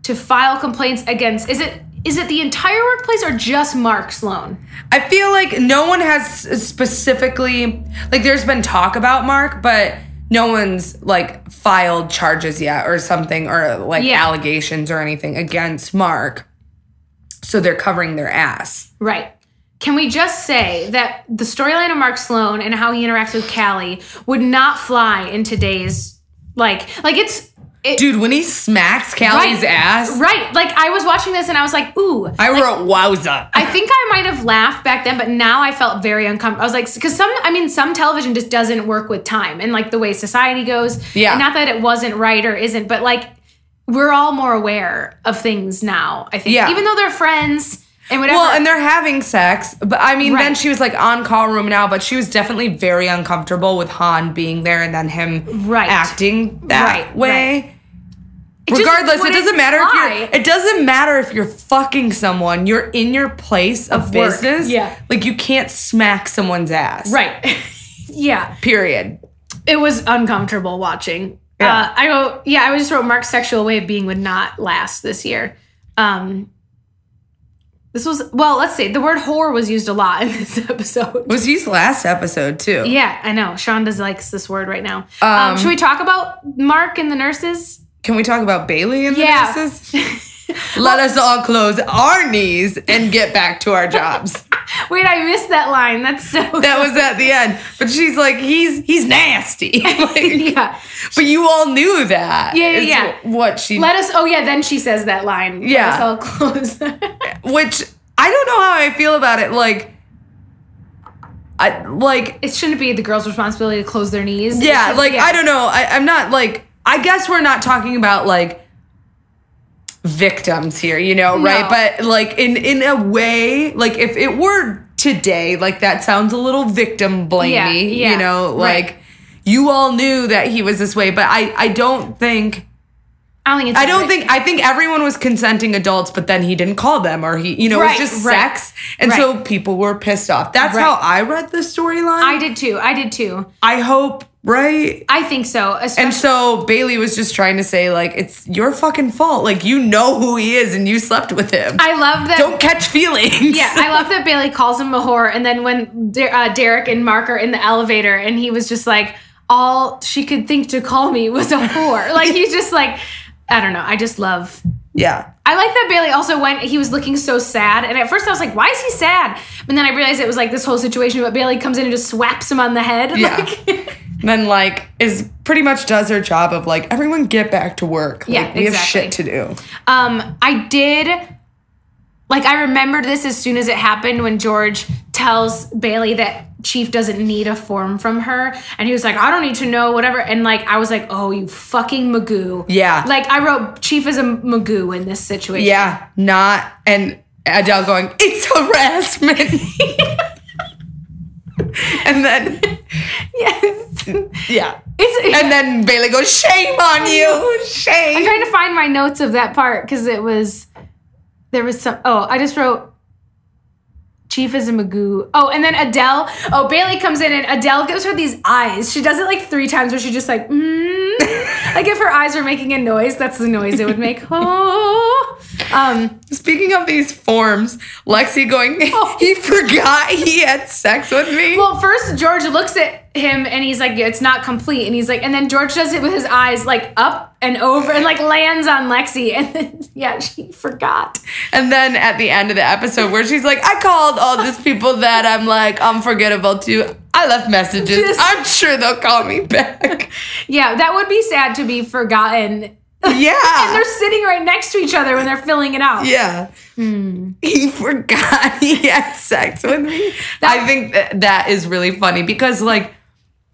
B: to file complaints against is it is it the entire workplace or just Mark Sloan?
A: I feel like no one has specifically like there's been talk about Mark, but no one's like filed charges yet or something or like
B: Yeah.
A: allegations or anything against Mark. So they're covering their ass.
B: Right. Can we just say that the storyline of Mark Sloan and how he interacts with Callie would not fly in today's like like it's it,
A: Dude, when he smacks Callie's
B: Right.
A: ass,
B: right. Like I was watching this and I was like, ooh,
A: I wrote wowza.
B: I think I might have laughed back then, but now I felt very uncomfortable. I was like, because some, I mean, some television just doesn't work with time and like the way society goes.
A: Yeah.
B: And not that it wasn't right or isn't, but like we're all more aware of things now, I think.
A: Yeah.
B: Even though they're friends and whatever.
A: Well, and they're having sex, but I mean, then
B: Right.
A: she was like on call room now, but she was definitely very uncomfortable with Han being there and then him
B: Right.
A: acting that
B: Right,
A: way.
B: right. It just
A: Regardless, it
B: wouldn't
A: doesn't matter if
B: fly.
A: you're. It doesn't matter if you're fucking someone. You're in your place of,
B: work,
A: business.
B: yeah.
A: like you can't smack someone's ass.
B: Right. yeah.
A: Period.
B: It was uncomfortable watching.
A: Yeah.
B: Uh, I wrote, yeah, I just wrote Mark's sexual way of being would not last this year. Um, this was, well, let's see. The word whore was used a lot in this episode.
A: Was used last episode too.
B: Yeah, I know. Sean does likes this word right now. Um, should we talk about Mark and the nurses?
A: Can we talk about Bailey and
B: Yeah.
A: the nurses? Let us all close our knees and get back to our jobs.
B: Wait, I missed that line. That's so.
A: that was at the end. But she's like, he's he's nasty. Like,
B: yeah.
A: But you all knew that.
B: Yeah, yeah,
A: is
B: yeah.
A: What she
B: Let us. Oh yeah. Then she says that line.
A: Yeah.
B: Let us all close.
A: which I don't know how I feel about it. Like, I like
B: it shouldn't be the girl's responsibility to close their knees. It
A: yeah,
B: should-
A: like I don't know. I, I'm not like I guess we're not talking about like victims here, you know,
B: No.
A: right? But like in in a way, like if it were today, like that sounds a little victim blamey,
B: Yeah, yeah,
A: you know,
B: right.
A: like you all knew that he was this way, but I I don't think.
B: I don't think. It's
A: I don't
B: right.
A: think I think everyone was consenting adults, but then he didn't call them, or he, you know,
B: Right,
A: it was just
B: right,
A: sex, and so people were pissed off. That's
B: Right.
A: how I read the storyline.
B: I
A: I,
B: did too. I did too.
A: hope, right?
B: I think so.
A: And
B: Especially,
A: so Bailey was just trying to say, like, it's your fucking fault. Like, you know who he is, and you slept with him.
B: I love that.
A: don't catch feelings.
B: yeah, I love that Bailey calls him a whore, and then when Der- uh, Derek and Mark are in the elevator, and he was just like, all she could think to call me was a whore. like he's just like, I don't know. I just love.
A: yeah,
B: I like that Bailey also went. He was looking so sad, and at first I was like, "Why is he sad?" And then I realized it was like this whole situation. But Bailey comes in and just swaps him on the head.
A: Yeah.
B: Like,
A: And then like is pretty much does her job of like everyone get back to work. Like,
B: Yeah,
A: we have
B: exactly.
A: shit to do.
B: Um, I did like I remembered this as soon as it happened when George tells Bailey that Chief doesn't need a form from her, and he was like, "I don't need to know whatever." And like I was like, "Oh, you fucking Magoo!"
A: Yeah.
B: Like I wrote, Chief is a Magoo in this situation.
A: Yeah, not and Adele going, it's harassment. and then
B: Yes.
A: yeah,
B: It's,
A: and then Bailey goes, shame on you,
B: I'm
A: shame.
B: trying to find my notes of that part because it was there was some. Oh, I just wrote. Chief is a Magoo. Oh, and then Adele. Oh, Bailey comes in and Adele gives her these eyes. She does it like three times where she just like, mm. like if her eyes are making a noise, that's the noise it would make. Oh, um,
A: Speaking of these forms,
B: Oh.
A: Lexi going, he forgot he had sex with me.
B: well, first George looks at him and he's like, it's not complete. And he's like, and then George does it with his eyes like up and over and like lands on Lexi. And then, yeah, she forgot.
A: And then at the end of the episode, where she's like, I called all these people that I'm like unforgettable to. I left messages.
B: Just-
A: I'm sure they'll call me back.
B: Yeah, that would be sad to be forgotten. And
A: yeah.
B: they're sitting right next to each other when they're filling it out.
A: Yeah.
B: Hmm.
A: He forgot he had sex with me.
B: That-
A: I think that, that is really funny because, like,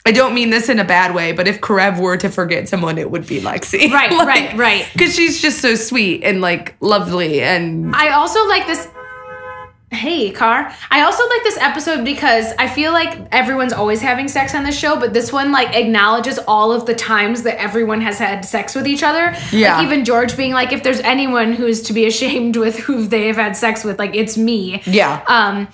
A: I don't mean this in a bad way, but if Karev were to forget someone, it would be Lexi.
B: Right, right, right.
A: Because she's just so sweet and, like, lovely and.
B: I also like this. Hey, Car. I also like this episode because I feel like everyone's always having sex on this show, but this one like acknowledges all of the times that everyone has had sex with each other.
A: Yeah.
B: Like, even George being like, if there's anyone who's to be ashamed with who they have had sex with, like it's me.
A: Yeah.
B: Um,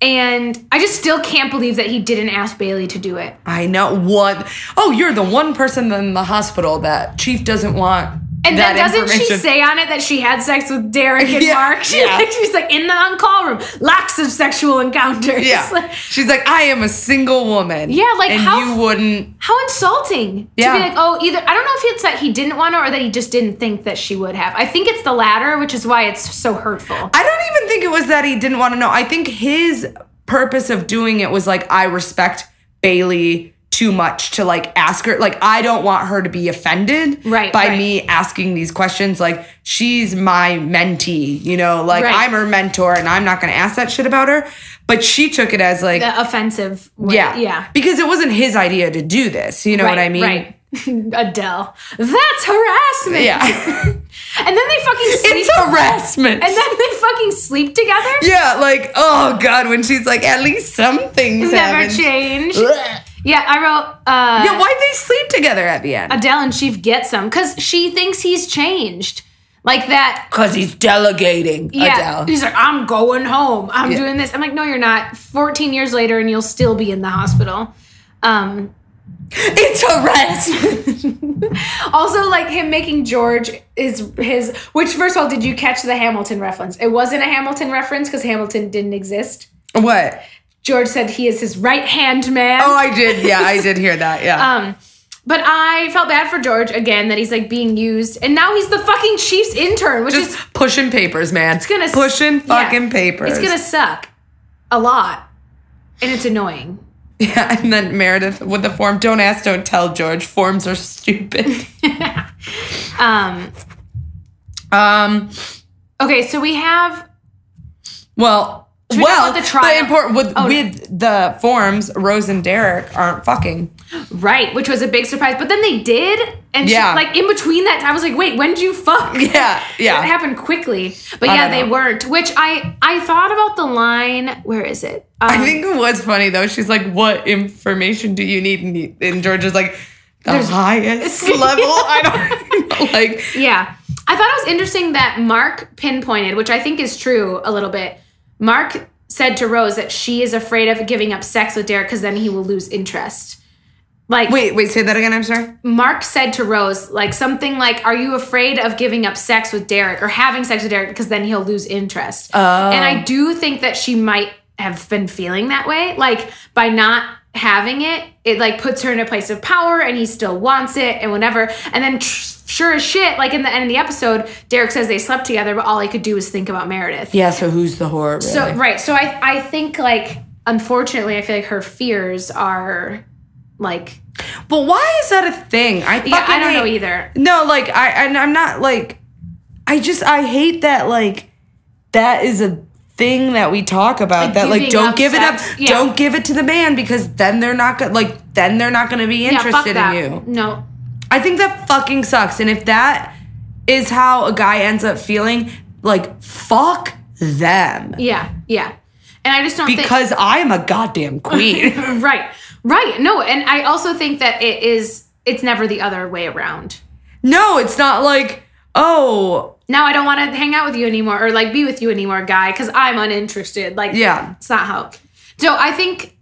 B: and I just still can't believe that he didn't ask Bailey to do it.
A: I know one oh, you're the one person in the hospital that Chief doesn't want.
B: And
A: that
B: then doesn't she
A: information.
B: say on it that she had sex with Derek and
A: Yeah,
B: Mark? She,
A: yeah.
B: she's like in the on-call room, lax of sexual encounters.
A: Yeah. She's like, I am a single woman.
B: Yeah, like,
A: and
B: how-
A: you wouldn't.
B: How insulting to
A: Yeah.
B: be like, oh, either I don't know if it's that he didn't want to or that he just didn't think that she would have. I think it's the latter, which is why it's so hurtful.
A: I don't even think it was that he didn't want to know. I think his purpose of doing it was like, I respect Bailey too much to like ask her. Like, I don't want her to be offended
B: Right,
A: by
B: right.
A: me asking these questions. Like, she's my mentee, you know, like
B: Right.
A: I'm her mentor and I'm not going to ask that shit about her. But she took it as like,
B: The offensive. Way.
A: Yeah.
B: Yeah.
A: Because it wasn't his idea to do this. You know what I mean?
B: Right. Adele. That's harassment.
A: Yeah.
B: And then they fucking sleep.
A: it's harassment.
B: and then they fucking sleep together.
A: yeah, like, oh God, when she's like, at least some things
B: Never
A: happen.
B: change.
A: Ugh.
B: Yeah, I wrote uh
A: Yeah, why'd they sleep together at the end?
B: Adele and Chief get some because she thinks he's changed. Like that
A: Because he's delegating
B: Yeah.
A: Adele.
B: He's like, I'm going home. I'm
A: Yeah.
B: doing this. I'm like, no, you're not. 14 years later, and you'll still be in the hospital. Um,
A: It's harassment.
B: also, like him making George is his. Which, first of all, did you catch the Hamilton reference? It wasn't a Hamilton reference because Hamilton didn't exist.
A: what?
B: George said he is his right hand man.
A: Oh, I did. Yeah, I did hear that. Yeah.
B: um, but I felt bad for George again that he's like being used, and now he's the fucking Chiefs intern, which
A: Just
B: is
A: pushing papers, man. It's
B: gonna
A: pushing
B: yeah.
A: fucking papers.
B: It's gonna suck a lot, and it's annoying.
A: yeah, and then Meredith with the form. Don't ask, don't tell. George, forms are stupid.
B: Um,
A: um.
B: Okay, so we have
A: Well,
B: we talk
A: well,
B: about the trial?
A: but important with
B: Oh, no.
A: with the forms, Rose and Derek aren't fucking.
B: right, which was a big surprise, but then they did, and she-
A: Yeah.
B: like in between that, I was like, wait, when did you fuck?
A: Yeah,
B: It
A: yeah.
B: happened quickly, but
A: I
B: yeah,
A: don't
B: they
A: know.
B: weren't. Which I I thought about the line. Where is it? Um,
A: I think it was funny though. She's like, "What information do you need?" And, he, and George is like, "The highest level." I don't know. like.
B: yeah, I thought it was interesting that Mark pinpointed, which I think is true a little bit. Mark said to Rose that she is afraid of giving up sex with Derek because then he will lose interest. Like
A: Wait, wait. Say that again. I'm sorry.
B: Mark said to Rose, like something like, "Are you afraid of giving up sex with Derek or having sex with Derek because then he'll lose interest?"
A: Oh.
B: And I do think that she might have been feeling that way, like by not having it, it like puts her in a place of power, and he still wants it and whatever. And then, tr- sure as shit, like in the end of the episode, Derek says they slept together, but all he could do was think about Meredith.
A: Yeah. So who's the whore? Really?
B: So right, so I I think like unfortunately, I feel like her fears are like
A: but why is that a thing? I
B: yeah, I
A: fucking
B: don't know e-
A: hate-
B: either.
A: No, like I and I'm not like I just I hate that like that is a thing that we talk about
B: Like
A: that like
B: giving
A: don't
B: up
A: give
B: sex.
A: it up
B: Yeah.
A: don't give it to the man because then they're not gonna like then they're not gonna be
B: Yeah, fuck
A: interested
B: that.
A: in you.
B: No.
A: I think that fucking sucks and if that is how a guy ends up feeling like fuck them
B: Yeah. Yeah. And I just don't
A: because I'm a goddamn queen.
B: think right. Right. No, and I also think that it is it's never the other way around.
A: no, it's not like oh
B: Now I don't want to hang out with you anymore or like be with you anymore, guy, cuz I'm uninterested. Like
A: Yeah.
B: It's not how. So I think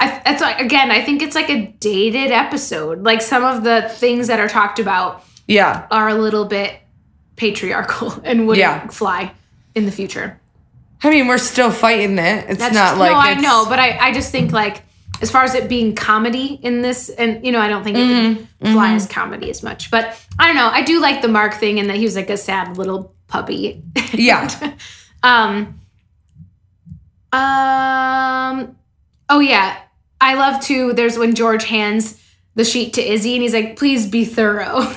B: I, that's like, again. I think it's like a dated episode. Like some of the things that are talked about
A: yeah.
B: are a little bit patriarchal and wouldn't
A: Yeah.
B: fly in the future.
A: I mean, we're still fighting it. It's
B: That's
A: not
B: tr-
A: like
B: no, I
A: it's-
B: know, but I, I just think like as far as it being comedy in this, and you know, I don't think it
A: Mm-hmm.
B: would fly as comedy as much. But I don't know. I do like the Mark thing and that he was like a sad little puppy.
A: Yeah.
B: Um. Um. Oh yeah, I love to. There's when George hands the sheet to Izzy, and he's like, "Please be thorough."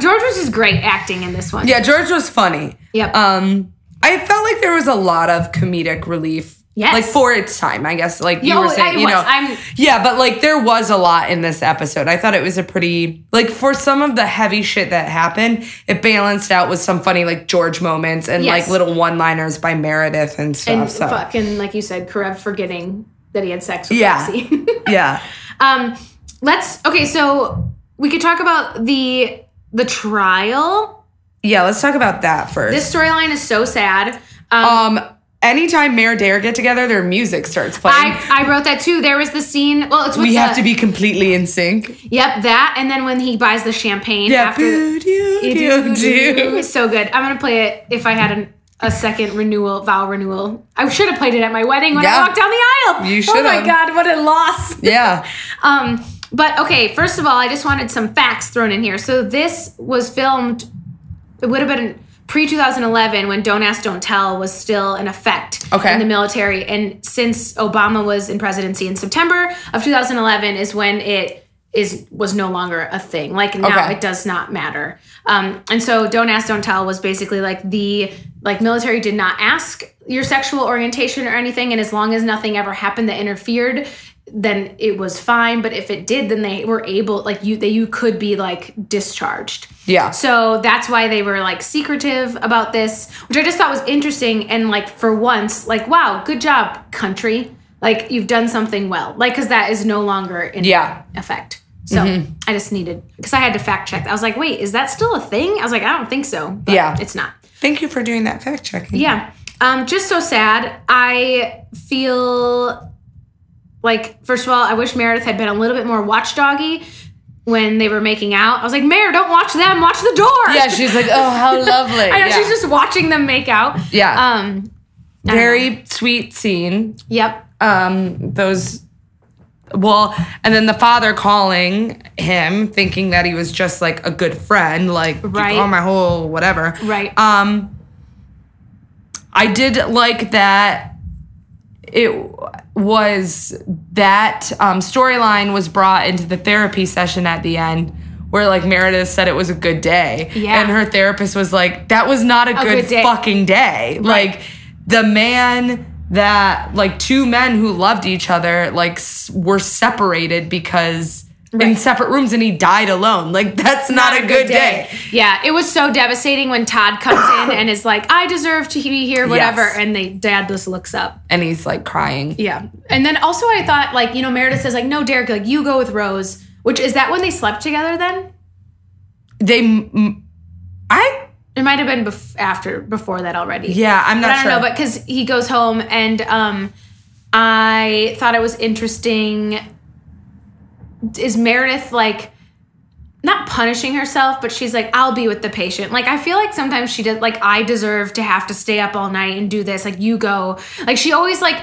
B: George was just great acting in this one.
A: yeah, George was funny.
B: Yep.
A: Um, I felt like there was a lot of comedic relief.
B: Yes.
A: Like for its time, I guess. Like you
B: Yeah,
A: were
B: oh,
A: saying,
B: I
A: you
B: was.
A: know.
B: I'm-
A: yeah, but like there was a lot in this episode. I thought it was a pretty like for some of the heavy shit that happened, it balanced out with some funny like George moments and
B: Yes.
A: like little one-liners by Meredith and stuff.
B: and
A: so
B: fucking like you said, Karev forgetting that he had sex with
A: Yeah.
B: Roxy.
A: yeah.
B: um. Let's okay. So we could talk about the the trial.
A: Yeah, let's talk about that first.
B: This storyline is so sad. Um,
A: um anytime Mayor Dare get together, their music starts playing.
B: I, I wrote that too. There was the scene. Well, it's with
A: we
B: the,
A: have to be completely in sync.
B: Yep, that. And then when he buys the champagne
A: Yeah.
B: after.
A: Boo, doo, doo, doo.
B: So good. I'm gonna play it if I had an, a second renewal, vow renewal. I should have played it at my wedding when
A: Yeah.
B: I walked down the aisle.
A: You
B: Oh my
A: should've.
B: god, what a loss.
A: Yeah.
B: Um, but okay, first of all, I just wanted some facts thrown in here. So this was filmed. It would have been pre 2011 when "Don't Ask, Don't Tell" was still in effect
A: Okay.
B: in the military, and since Obama was in presidency in September of 2011 is when it is was no longer a thing. Like now,
A: Okay.
B: it does not matter. Um, and so "Don't Ask, Don't Tell" was basically like the like military did not ask your sexual orientation or anything, and as long as nothing ever happened that interfered, then it was fine. But if it did, then they were able like you that you could be like discharged.
A: Yeah.
B: So that's why they were like secretive about this, which I just thought was interesting. And like for once, like, wow, good job, country. Like you've done something well. Like, cause that is no longer in
A: Yeah. Mm-hmm.
B: effect. So I just needed, cause I had to fact check. I was like, wait, is that still a thing? I was like, I don't think so. But
A: Yeah.
B: It's not.
A: Thank you for doing that fact checking.
B: Yeah. Um, just so sad. I feel like, first of all, I wish Meredith had been a little bit more watchdoggy when they were making out. I was like, Mayor, don't watch them, watch the door.
A: Yeah, she's like, oh, how lovely.
B: I know
A: yeah.
B: she's just watching them make out.
A: yeah.
B: Um.
A: very sweet scene.
B: Yep.
A: Um, those, well, and then the father calling him, thinking that he was just like a good friend, like you
B: Right.
A: call my whole whatever.
B: Right.
A: Um, I did like that. It was that um, storyline was brought into the therapy session at the end. Where like Meredith said it was a good day,
B: Yeah.
A: and her therapist was like, "That was not a, good,
B: good day.
A: fucking day."
B: Right.
A: Like the man that like two men who loved each other like s- were separated because in separate rooms, and he died alone. Like that's not, a, good, day.
B: Yeah, it was so devastating when Todd comes in and is like, "I deserve to be here," whatever,
A: Yes.
B: and they dad just looks up.
A: And he's like crying.
B: Yeah, and then also I thought like you know Meredith says like, "No, Derek, like you go with Rose," which is that when they slept together? Then
A: They, m- m- I
B: it might have been bef- after before that already.
A: Yeah, I'm
B: But
A: not
B: I don't
A: sure.
B: know, but because he goes home and um, I thought it was interesting. Is Meredith like not punishing herself, but she's like, I'll be with the patient. Like I feel like sometimes she does like I deserve to have to stay up all night and do this. Like you go. Like she always like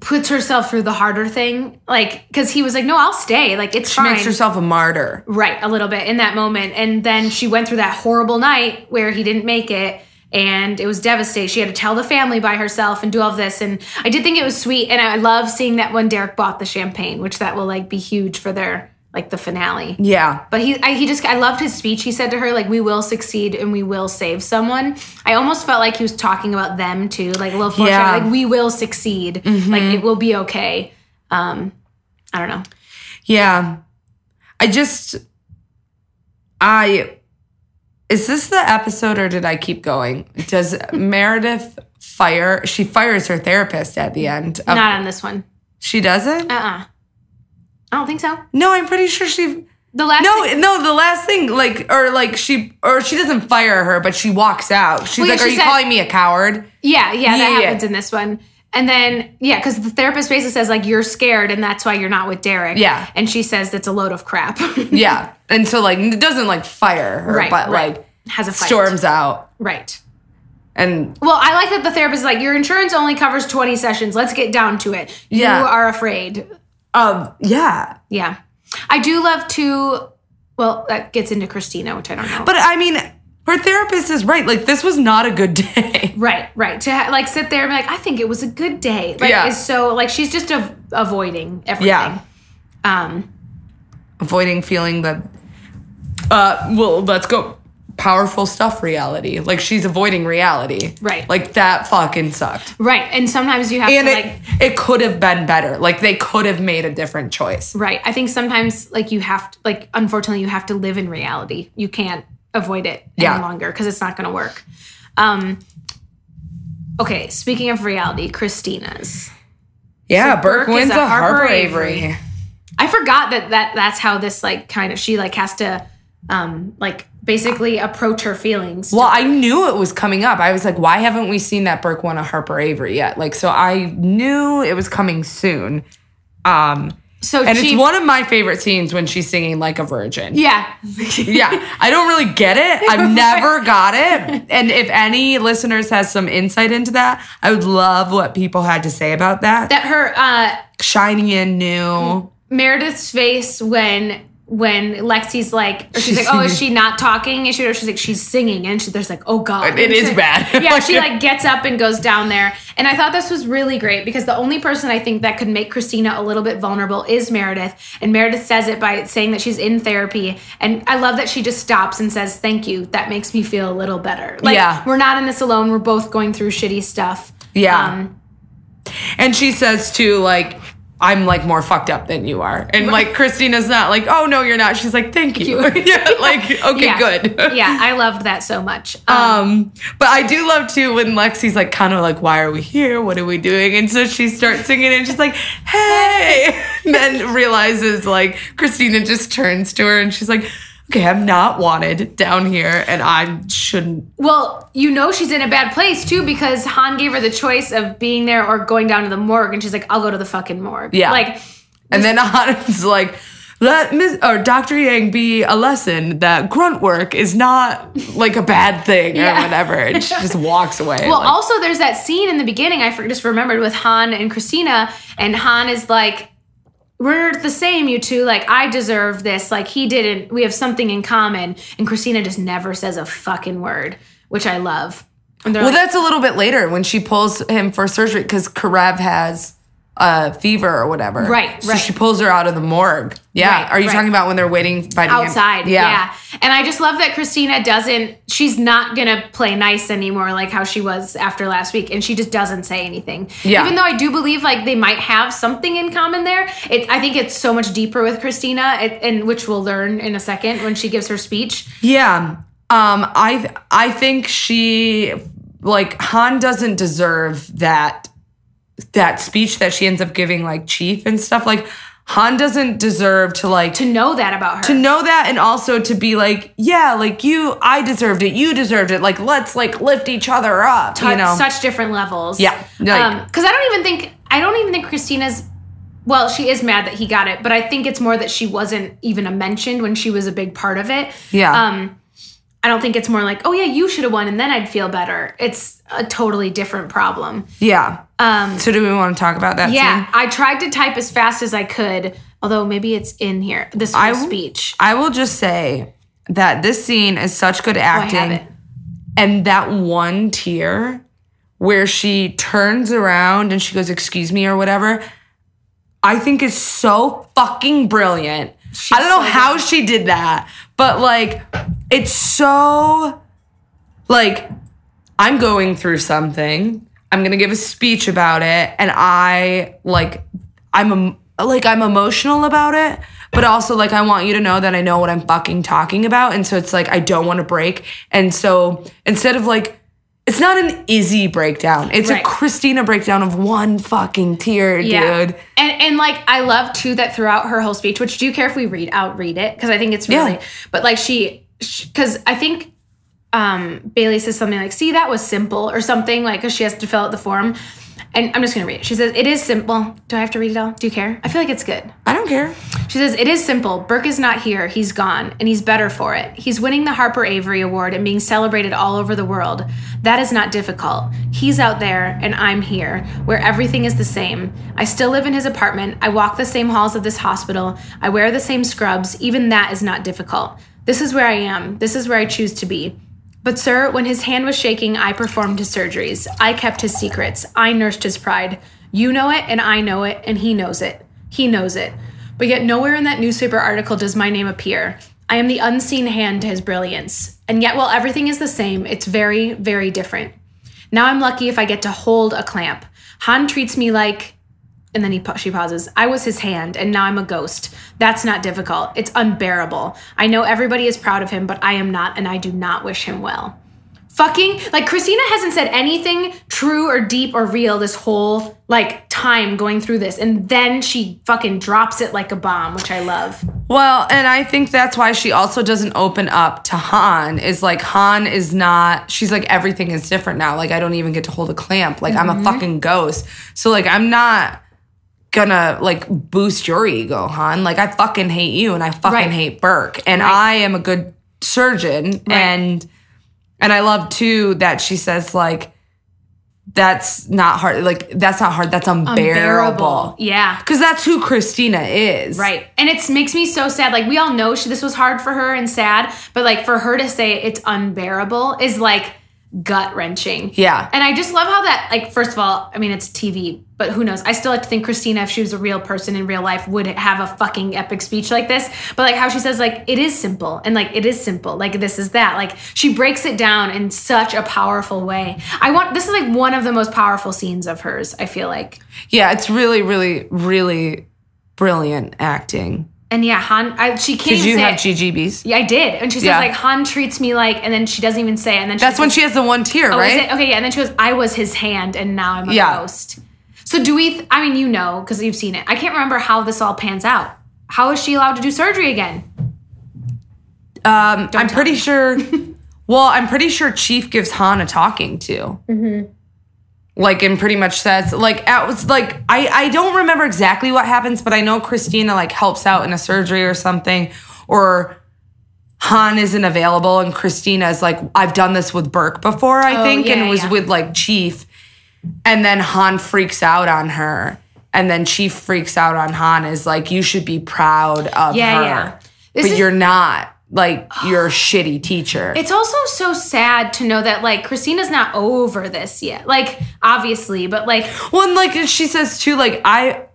B: puts herself through the harder thing. Like because he was like, No, I'll stay. Like it's
A: she
B: fine.
A: makes herself a martyr.
B: Right, a little bit in that moment. And then she went through that horrible night where he didn't make it and it was devastating. She had to tell the family by herself and do all of this. And I did think it was sweet. And I love seeing that when Derek bought the champagne, which that will like be huge for their like the finale.
A: Yeah.
B: But he, I, he just, I loved his speech. He said to her, like, we will succeed and we will save someone. I almost felt like he was talking about them too, like a little foreshadowing,
A: Yeah. Mm-hmm.
B: like, we will succeed. Like, it will be okay. Um, I don't know.
A: Yeah. I just I is this the episode or did I keep going? Does Meredith fire she fires her therapist at the end. of-
B: Not on this one.
A: she doesn't?
B: Uh uh I don't think so.
A: no, I'm pretty sure she
B: The last
A: No,
B: thing-
A: no, the last thing like or like she or she doesn't fire her but she walks out. She's
B: Well, yeah,
A: like, "Are
B: she
A: you
B: said-
A: calling me a coward?"
B: yeah, yeah,
A: Yeah,
B: that
A: yeah.
B: happens in this one. And then yeah, because the therapist basically says like you're scared and that's why you're not with Derek.
A: Yeah.
B: and she says that's a load of crap.
A: Yeah. And so like it doesn't like fire her,
B: Right,
A: but
B: right.
A: like
B: Has a fight.
A: storms out.
B: Right.
A: And
B: Well, I like that the therapist is like, your insurance only covers 20 sessions. Let's get down to it.
A: Yeah.
B: You are afraid.
A: um, yeah.
B: Yeah. I do love to, well, that gets into Christina, which I don't know.
A: But I mean, her therapist is right. Like this was not a good day.
B: right, right. To ha- like sit there and be like, I think it was a good day. Like,
A: Yeah.
B: is so, like, she's just av- avoiding everything.
A: Yeah.
B: Um,
A: Avoiding feeling the uh well, let's go powerful stuff reality. Like she's avoiding reality.
B: Right.
A: Like that fucking sucked.
B: right. And sometimes you have
A: And
B: to,
A: it
B: like,
A: it could have been better. Like they could have made a different choice.
B: Right. I think sometimes like you have to like unfortunately you have to live in reality. You can't avoid it any
A: Yeah.
B: longer because it's not going to work. Um Okay, speaking of reality, Christina's.
A: Yeah,
B: So
A: Burke,
B: Burke is
A: wins
B: a
A: a Harper,
B: Harper
A: Avery.
B: Avery. I forgot that that that's how this like kind of she like has to um like basically approach her feelings.
A: Well, I knew it was coming up. I was like, why haven't we seen that Burke won a Harper Avery yet? Like, so I knew it was coming soon. Um,
B: so
A: and
B: she
A: it's one of my favorite scenes when she's singing like a virgin.
B: yeah.
A: Yeah, I don't really get it. I've never got it. And if any listeners has some insight into that, I would love what people had to say about that. Mm-hmm.
B: that her uh
A: Shining in new.
B: Meredith's face when when Lexi's like, or she's
A: She's
B: like, oh, is she not talking? Is she? Or she's like, she's singing, and she, there's like, oh god,
A: It is bad.
B: yeah, she like gets up and goes down there, and I thought this was really great because the only person I think that could make Christina a little bit vulnerable is Meredith, and Meredith says it by saying that she's in therapy, and I love that she just stops and says, thank you, that makes me feel a little better. Like,
A: Yeah.
B: we're not in this alone. We're both going through shitty stuff.
A: Yeah. And she says too, like, I'm like more fucked up than you are. And like Christina's not like, oh no, you're not. She's like, thank you. yeah, like, okay,
B: yeah.
A: good.
B: yeah, I loved that so much.
A: Um, but I do love too when Lexi's like kind of like, why are we here? What are we doing? And so she starts singing and she's like, hey. And then realizes like Christina just turns to her and she's like, okay, I'm not wanted down here and I shouldn't.
B: Well, you know she's in a bad place too because Han gave her the choice of being there or going down to the morgue, and she's like, "I'll go to the fucking morgue."
A: Yeah.
B: like
A: And then Autumn's like, let Miss or Dr. Yang be a lesson that grunt work is not like a bad thing or
B: Yeah.
A: whatever. And she just walks away.
B: Well,
A: like-
B: also there's that scene in the beginning I for- just remembered with Han and Christina, and Han is like, "We're the same, you two. Like I deserve this. Like he didn't. We have something in common." And Christina just never says a fucking word, which I love. And they're
A: well,
B: like,
A: that's a little bit later when she pulls him for surgery because Karev has a fever or whatever.
B: Right,
A: So
B: right.
A: she pulls her out of the morgue. Yeah.
B: Right,
A: Are you
B: right.
A: talking about when they're waiting by the
B: outside. Yeah. And I just love that Christina doesn't, she's not going to play nice anymore like how she was after last week. And she just doesn't say anything.
A: Yeah.
B: Even though I do believe like they might have something in common there, it, I think it's so much deeper with Christina, it, and which we'll learn in a second when she gives her speech.
A: Yeah. Um, I I think she like Han doesn't deserve that that speech that she ends up giving like Chief and stuff. Like Han doesn't deserve to like
B: To know that about her.
A: to know that and also to be like, yeah, like you I deserved it, you deserved it. Like let's like lift each other up.
B: at
A: you know.
B: such different levels.
A: Yeah, like-
B: because I don't even think I don't even think Christina's. Well, she is mad that he got it, but I think it's more that she wasn't even a mentioned when she was a big part of it.
A: Yeah.
B: Um, I don't think it's more like, oh yeah, you should have won, and then I'd feel better. It's a totally different problem.
A: yeah.
B: Um,
A: So do we want to talk about that?
B: yeah,
A: Scene?
B: I tried to type as fast as I could, although maybe it's in here. This whole
A: I w-
B: speech.
A: I will just say that this scene is such good
B: Oh, I have
A: acting,
B: it.
A: and that one tear where she turns around and she goes, "Excuse me" or whatever, I think is so fucking brilliant. I don't know
B: so
A: how she did that, but like, it's so like I'm going through something. I'm gonna give a speech about it, and I like I'm em- like I'm emotional about it, but also like I want you to know that I know what I'm fucking talking about, and so it's like I don't want to break, and so instead of like. It's not an Izzy breakdown. It's a
B: Right.
A: Christina breakdown of one fucking tear, dude.
B: And and like I love too that throughout her whole speech, which do you care if we read out read it because I think it's really
A: Yeah.
B: but like she because I think um Bailey says something like see that was simple or something like cuz she has to fill out the form And I'm just going to read it. She says, It is simple. Do I have to read it all? Do you care? I feel like it's good.
A: I don't care.
B: She says, It is simple. Burke is not here. He's gone, and he's better for it. He's winning the Harper Avery Award and being celebrated all over the world. That is not difficult. He's out there, and I'm here, where everything is the same. I still live in his apartment. I walk the same halls of this hospital. I wear the same scrubs. Even that is not difficult. This is where I am. This is where I choose to be. But, sir, when his hand was shaking, I performed his surgeries. I kept his secrets. I nursed his pride. You know it, and I know it, and he knows it. He knows it. But yet, nowhere in that newspaper article does my name appear. I am the unseen hand to his brilliance. And yet, while everything is the same, it's very, very different. Now I'm lucky if I get to hold a clamp. Han treats me like. And then he, pa- she pauses. I was his hand, and now I'm a ghost. That's not difficult. It's unbearable. I know everybody is proud of him, but I am not, and I do not wish him well. Fucking, like, Christina hasn't said anything true or deep or real this whole, like, time going through this. And then she fucking drops it like a bomb, which I love.
A: Well, and I think that's why she also doesn't open up to Han. Is like Han is not. She's like everything is different now. Like I don't even get to hold a clamp. Like I'm
B: Mm-hmm.
A: a fucking ghost. So like I'm not gonna like boost your ego, Han. Like I fucking hate you and I fucking
B: Right.
A: hate Burke. And
B: Right.
A: I am a good surgeon and and I love too that she says like that's not hard. Like that's not hard. That's unbearable.
B: Yeah.
A: Because that's who Christina is.
B: Right. And it makes me so sad. Like, we all know she, this was hard for her and sad, but like for her to say it's unbearable is like gut wrenching.
A: Yeah.
B: And I just love how that, like, first of all, I mean, it's TV, but who knows? I still like to think Christina, if she was a real person in real life, would have a fucking epic speech like this. But like how she says, like, it is simple and like it is simple. Like, this is that. Like, she breaks it down in such a powerful way. I want, this is like one of the most powerful scenes of hers, I feel like.
A: Yeah, it's really, really, really brilliant acting.
B: And yeah, Han, I, she can't
A: Did
B: even
A: you
B: say
A: have
B: it.
A: GGBs?
B: Yeah, I did. And she says
A: Yeah.
B: like Han treats me like, and then she doesn't even say. It. And then she
A: That's when
B: says,
A: she has the one tear,
B: "Oh, is
A: right?
B: it?" Okay, yeah. And then she goes, "I was his hand, and now I'm a
A: Yeah.
B: ghost." So do we? Th- I mean, you know, because you've seen it. I can't remember how this all pans out. How is she allowed to do surgery again?
A: Um, I'm pretty sure. well, I'm pretty sure Chief gives Han a talking to.
B: Mm-hmm.
A: Like and pretty much says like at was like I I don't remember exactly what happens, but I know Christina like helps out in a surgery or something, or Han isn't available and Christina is like I've done this with Burke before I
B: Oh,
A: think
B: yeah,
A: and was
B: yeah.
A: with like Chief, and then Han freaks out on her. And then Chief freaks out on Han is like, you should be proud of
B: Yeah,
A: her
B: yeah. This
A: but
B: is-
A: you're not like you're a shitty teacher.
B: It's also so sad to know that like Christina's not over this yet. Like obviously, but like
A: well, and like she says too, like I,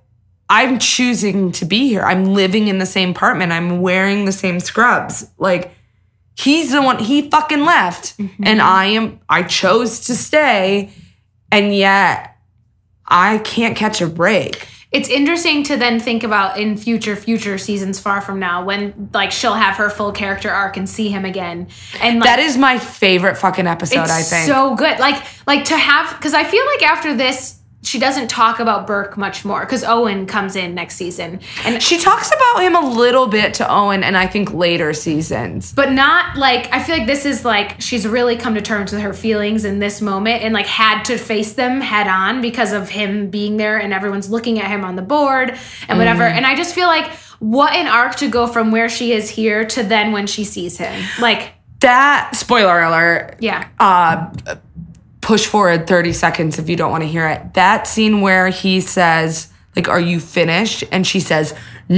A: I'm choosing to be here. I'm living in the same apartment. I'm wearing the same scrubs. Like he's the one. He fucking left, and I am. I chose to stay, and yet I can't catch a break.
B: it's interesting to then think about in future future seasons far from now when like she'll have her full character arc and see him again. And like,
A: That is my favorite fucking episode.
B: it's
A: I think.
B: so good. Like like to have because I feel like after this she doesn't talk about Burke much more because Owen comes in next season and
A: she talks about him a little bit to Owen, and I think later seasons.
B: but not like I feel like this is like she's really come to terms with her feelings in this moment and like had to face them head on because of him being there and everyone's looking at him on the board and whatever.
A: Mm-hmm.
B: And I just feel like what an arc to go from where she is here to then when she sees him. Like
A: That spoiler alert.
B: yeah.
A: uh, push forward 30 seconds if you don't want to hear it. That scene where he says, like, are you finished? And she says,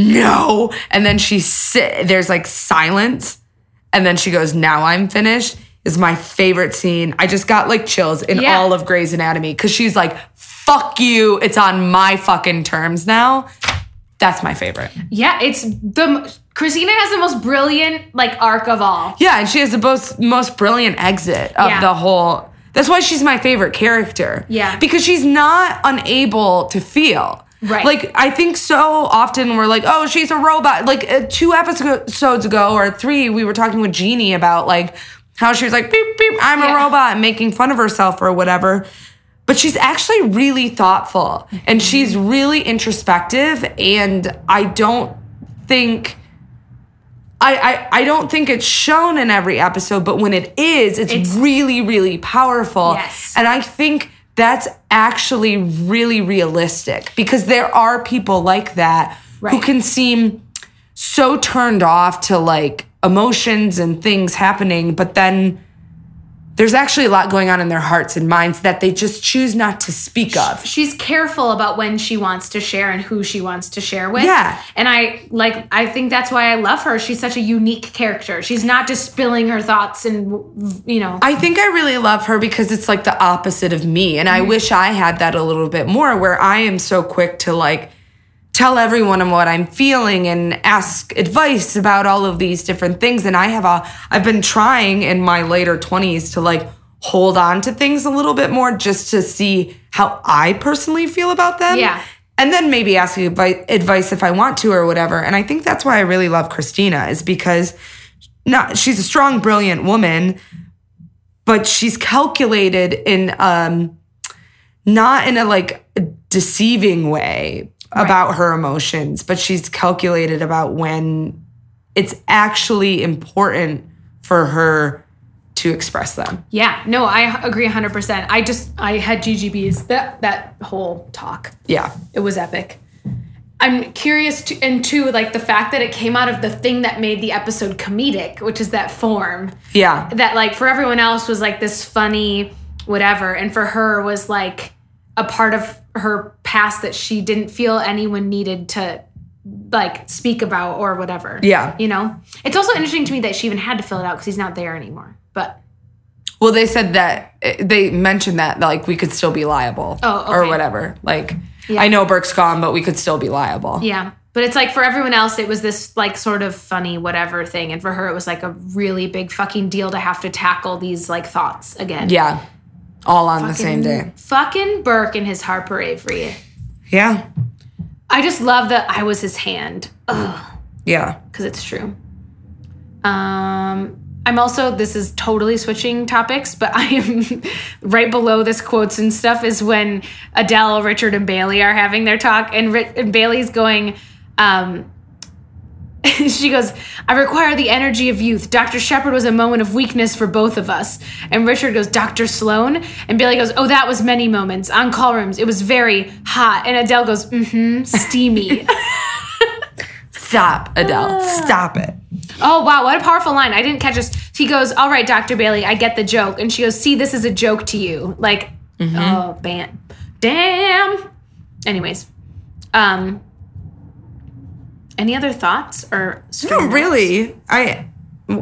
A: no. And then she sit, there's like silence. And then she goes, now I'm finished is my favorite scene. I just got like chills in
B: Yeah.
A: all of Grey's Anatomy because she's like, fuck you. It's on my fucking terms now. That's my favorite.
B: Yeah, it's the m- Christina has the most brilliant like arc of all.
A: Yeah, and she has the most most brilliant exit of
B: Yeah.
A: the whole. That's why she's my favorite character.
B: Yeah.
A: because she's not unable to feel.
B: Right.
A: Like I think so often we're like, oh, she's a robot. Like uh, two episodes ago or three, we were talking with Jeannie about like how she was like, beep beep, I'm
B: Yeah.
A: a robot, and making fun of herself or whatever. But she's actually really thoughtful and she's really introspective, and I don't think. I, I, I don't think it's shown in every episode, but when it is, it's,
B: It's-
A: really, really powerful.
B: Yes.
A: And I think that's actually really realistic because there are people like that who
B: Right.
A: can seem so turned off to like emotions and things happening, but then there's actually a lot going on in their hearts and minds that they just choose not to speak of.
B: she's careful about when she wants to share and who she wants to share with.
A: Yeah.
B: And I like I think that's why I love her. She's such a unique character. She's not just spilling her thoughts and you know.
A: I think I really love her because it's like the opposite of me. And I wish I had that a little bit more where I am so quick to like tell everyone what I'm feeling and ask advice about all of these different things. And I have a, I've been trying in my later 20s to like hold on to things a little bit more just to see how I personally feel about them.
B: Yeah.
A: And then maybe ask advi- advice if I want to or whatever. And I think that's why I really love Christina is because not she's a strong, brilliant woman, but she's calculated in um not in a like deceiving way about her emotions but she's calculated about when it's actually important for her to express them
B: yeah. No, I agree 100%. I just I had GGBs that that whole talk.
A: yeah
B: It was epic. I'm curious to and two like the fact that it came out of the thing that made the episode comedic, which is that form.
A: yeah
B: that like for everyone else was like this funny whatever and for her was like a part of her past that she didn't feel anyone needed to like speak about or whatever
A: Yeah.
B: you know it's also interesting to me that she even had to fill it out because he's not there anymore but
A: well they said that eh, they mentioned that like we could still be liable
B: Oh,
A: or
B: okay.
A: whatever like i know burke's gone but we could still be liable
B: yeah but it's like for everyone else it was this like sort of funny whatever thing and for her it was like a really big fucking deal to have to tackle these like thoughts again
A: yeah all on the same day
B: fucking burke and his harper avery
A: yeah
B: i just love that i was his hand
A: yeah
B: because it's true. Um, I'm also this is totally switching topics, but I am right below this quotes and stuff is when Adele, Richard, and Bailey are having their talk, and, Ri- and Bailey's going. Um, she goes, I require the energy of youth. Dr. Shepard was a moment of weakness for both of us. And Richard goes, Dr. Sloan? And Bailey goes, Oh, that was many moments. On call rooms, it was very hot. And Adele goes, Mm hmm, steamy.
A: stop adele stop it
B: Oh wow, what a powerful line. I didn't catch this. He goes, All right, Dr. Bailey, I get the joke. And she goes, See, this is a joke to you. Like,
A: Mm-hmm.
B: oh man. Damn. Anyways. Um any other thoughts or
A: No,
B: string-
A: really. I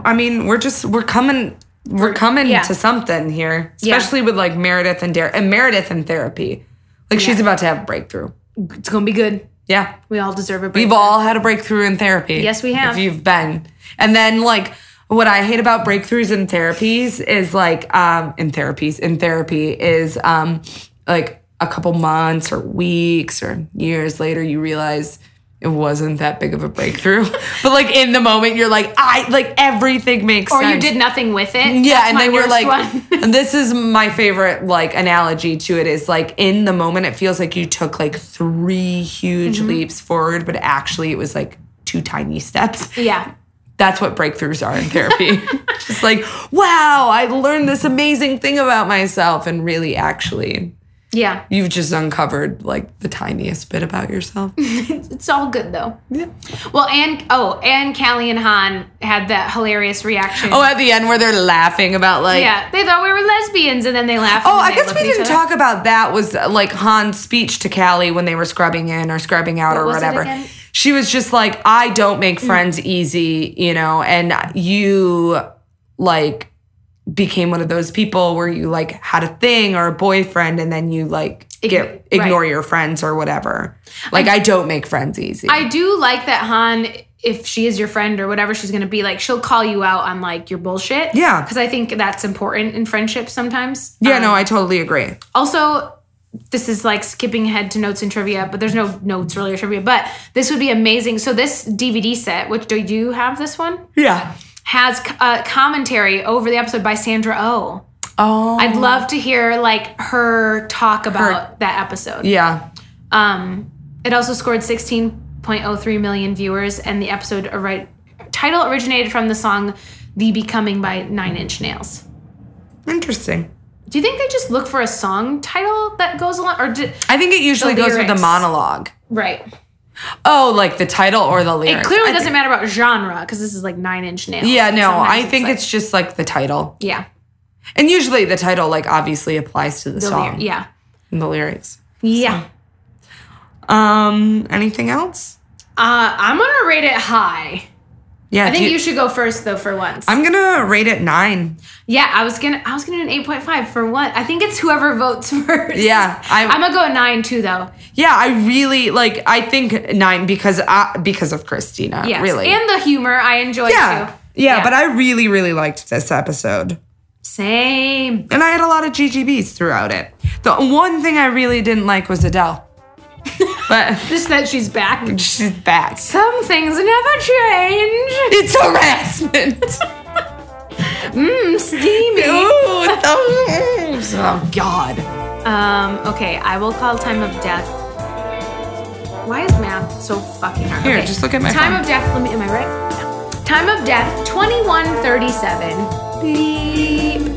A: I mean, we're just we're coming we're coming
B: yeah.
A: to something here,
B: Yeah.
A: especially with like Meredith and Dar- and Meredith in therapy. Like she's about to have a breakthrough.
B: It's gonna be good.
A: Yeah.
B: We all deserve a break.
A: We've all had a breakthrough in therapy.
B: Yes, we have.
A: If you've been. And then like what I hate about breakthroughs in therapies is like um in therapies in therapy is um like a couple months or weeks or years later you realize it wasn't that big of a breakthrough. but like in the moment you're like I like everything makes
B: or
A: sense.
B: you did nothing with it.
A: Yeah,
B: That's
A: and
B: my
A: they were
B: worst
A: like,
B: one.
A: and this is my favorite like analogy to it is like in the moment it feels like you took like three huge
B: Mm-hmm.
A: leaps forward, but actually it was like two tiny steps.
B: Yeah.
A: That's what breakthroughs are in therapy. Just like, wow, I learned this amazing thing about myself, and really, actually,
B: Yeah.
A: you've just uncovered like the tiniest bit about yourself.
B: It's all good though.
A: Yeah.
B: Well, and oh, and Callie and Han had that hilarious reaction.
A: Oh, at the end where they're laughing about like,
B: yeah. They thought we were lesbians and then they laughed. and
A: Oh,
B: then
A: I
B: they
A: guess
B: looked
A: we
B: at each
A: didn't
B: other.
A: talk about that. Was uh, like Han's speech to Callie when they were scrubbing in or scrubbing out or
B: was it
A: whatever.
B: again? Mm.
A: She was just like, "I don't make friends easy," you know, and you like became one of those people where you like had a thing or a boyfriend, and then you like
B: Ign-
A: get
B: right.
A: ignore your friends or whatever. Like, I, don't make friends easy.
B: I do like that Han, if she is your friend or whatever she's gonna be, like she'll call you out on like your bullshit.
A: Yeah.
B: Because I think that's important in friendships sometimes.
A: yeah,
B: Um,
A: no, I totally agree.
B: also this is like skipping ahead to notes and trivia, but there's no notes really or trivia. But this would be amazing. So this DVD set, which do you have this one?
A: Yeah.
B: Has c- uh, commentary over the episode by Sandra Oh.
A: Oh,
B: I'd love to hear like her talk about that episode.
A: yeah.
B: Um, it also scored 16.03 million viewers, and the episode ori- title originated from the song "The Becoming" by Nine Inch Nails.
A: Interesting.
B: Do you think they just look for a song title that goes along, or did,
A: I think it usually goes with the
B: lyrics.
A: monologue.
B: right?
A: Oh, like the title or the
B: It
A: lyrics.
B: clearly
A: I
B: doesn't
A: thi-
B: matter about genre because this is like Nine Inch Nails.
A: yeah, no,
B: Sometimes
A: I think
B: like-
A: it's just like the title,
B: yeah,
A: and usually the title like obviously applies to the,
B: the
A: song
B: lyri- yeah,
A: and the lyrics.
B: yeah.
A: Um, anything else?
B: Uh, I'm gonna rate it high.
A: Yeah,
B: I
A: do
B: think
A: you-
B: you should go first though for once.
A: I'm gonna rate it nine.
B: yeah, I was gonna I was gonna do an eight point five for one. I think it's whoever votes first.
A: Yeah, I-
B: I'm, gonna go a nine too though.
A: Yeah, I really like. I think nine because I, because of Christina.
B: Yes.
A: really.
B: And the humor I enjoy
A: yeah,
B: too.
A: yeah, but I really really liked this episode.
B: same.
A: And I had a lot of GGBs throughout it. The one thing I really didn't like was Adele. but
B: Just that she's back.
A: she's back.
B: Some things never change.
A: It's harassment.
B: Mmm, steamy.
A: Ooh, those. Oh, God.
B: Um, okay, I will call time of death. Why is math so fucking hard?
A: Here,
B: Okay,
A: just look at my
B: time
A: phone.
B: of death. Let me. Am I right? No. Time of death. Twenty-one thirty-seven. Beep.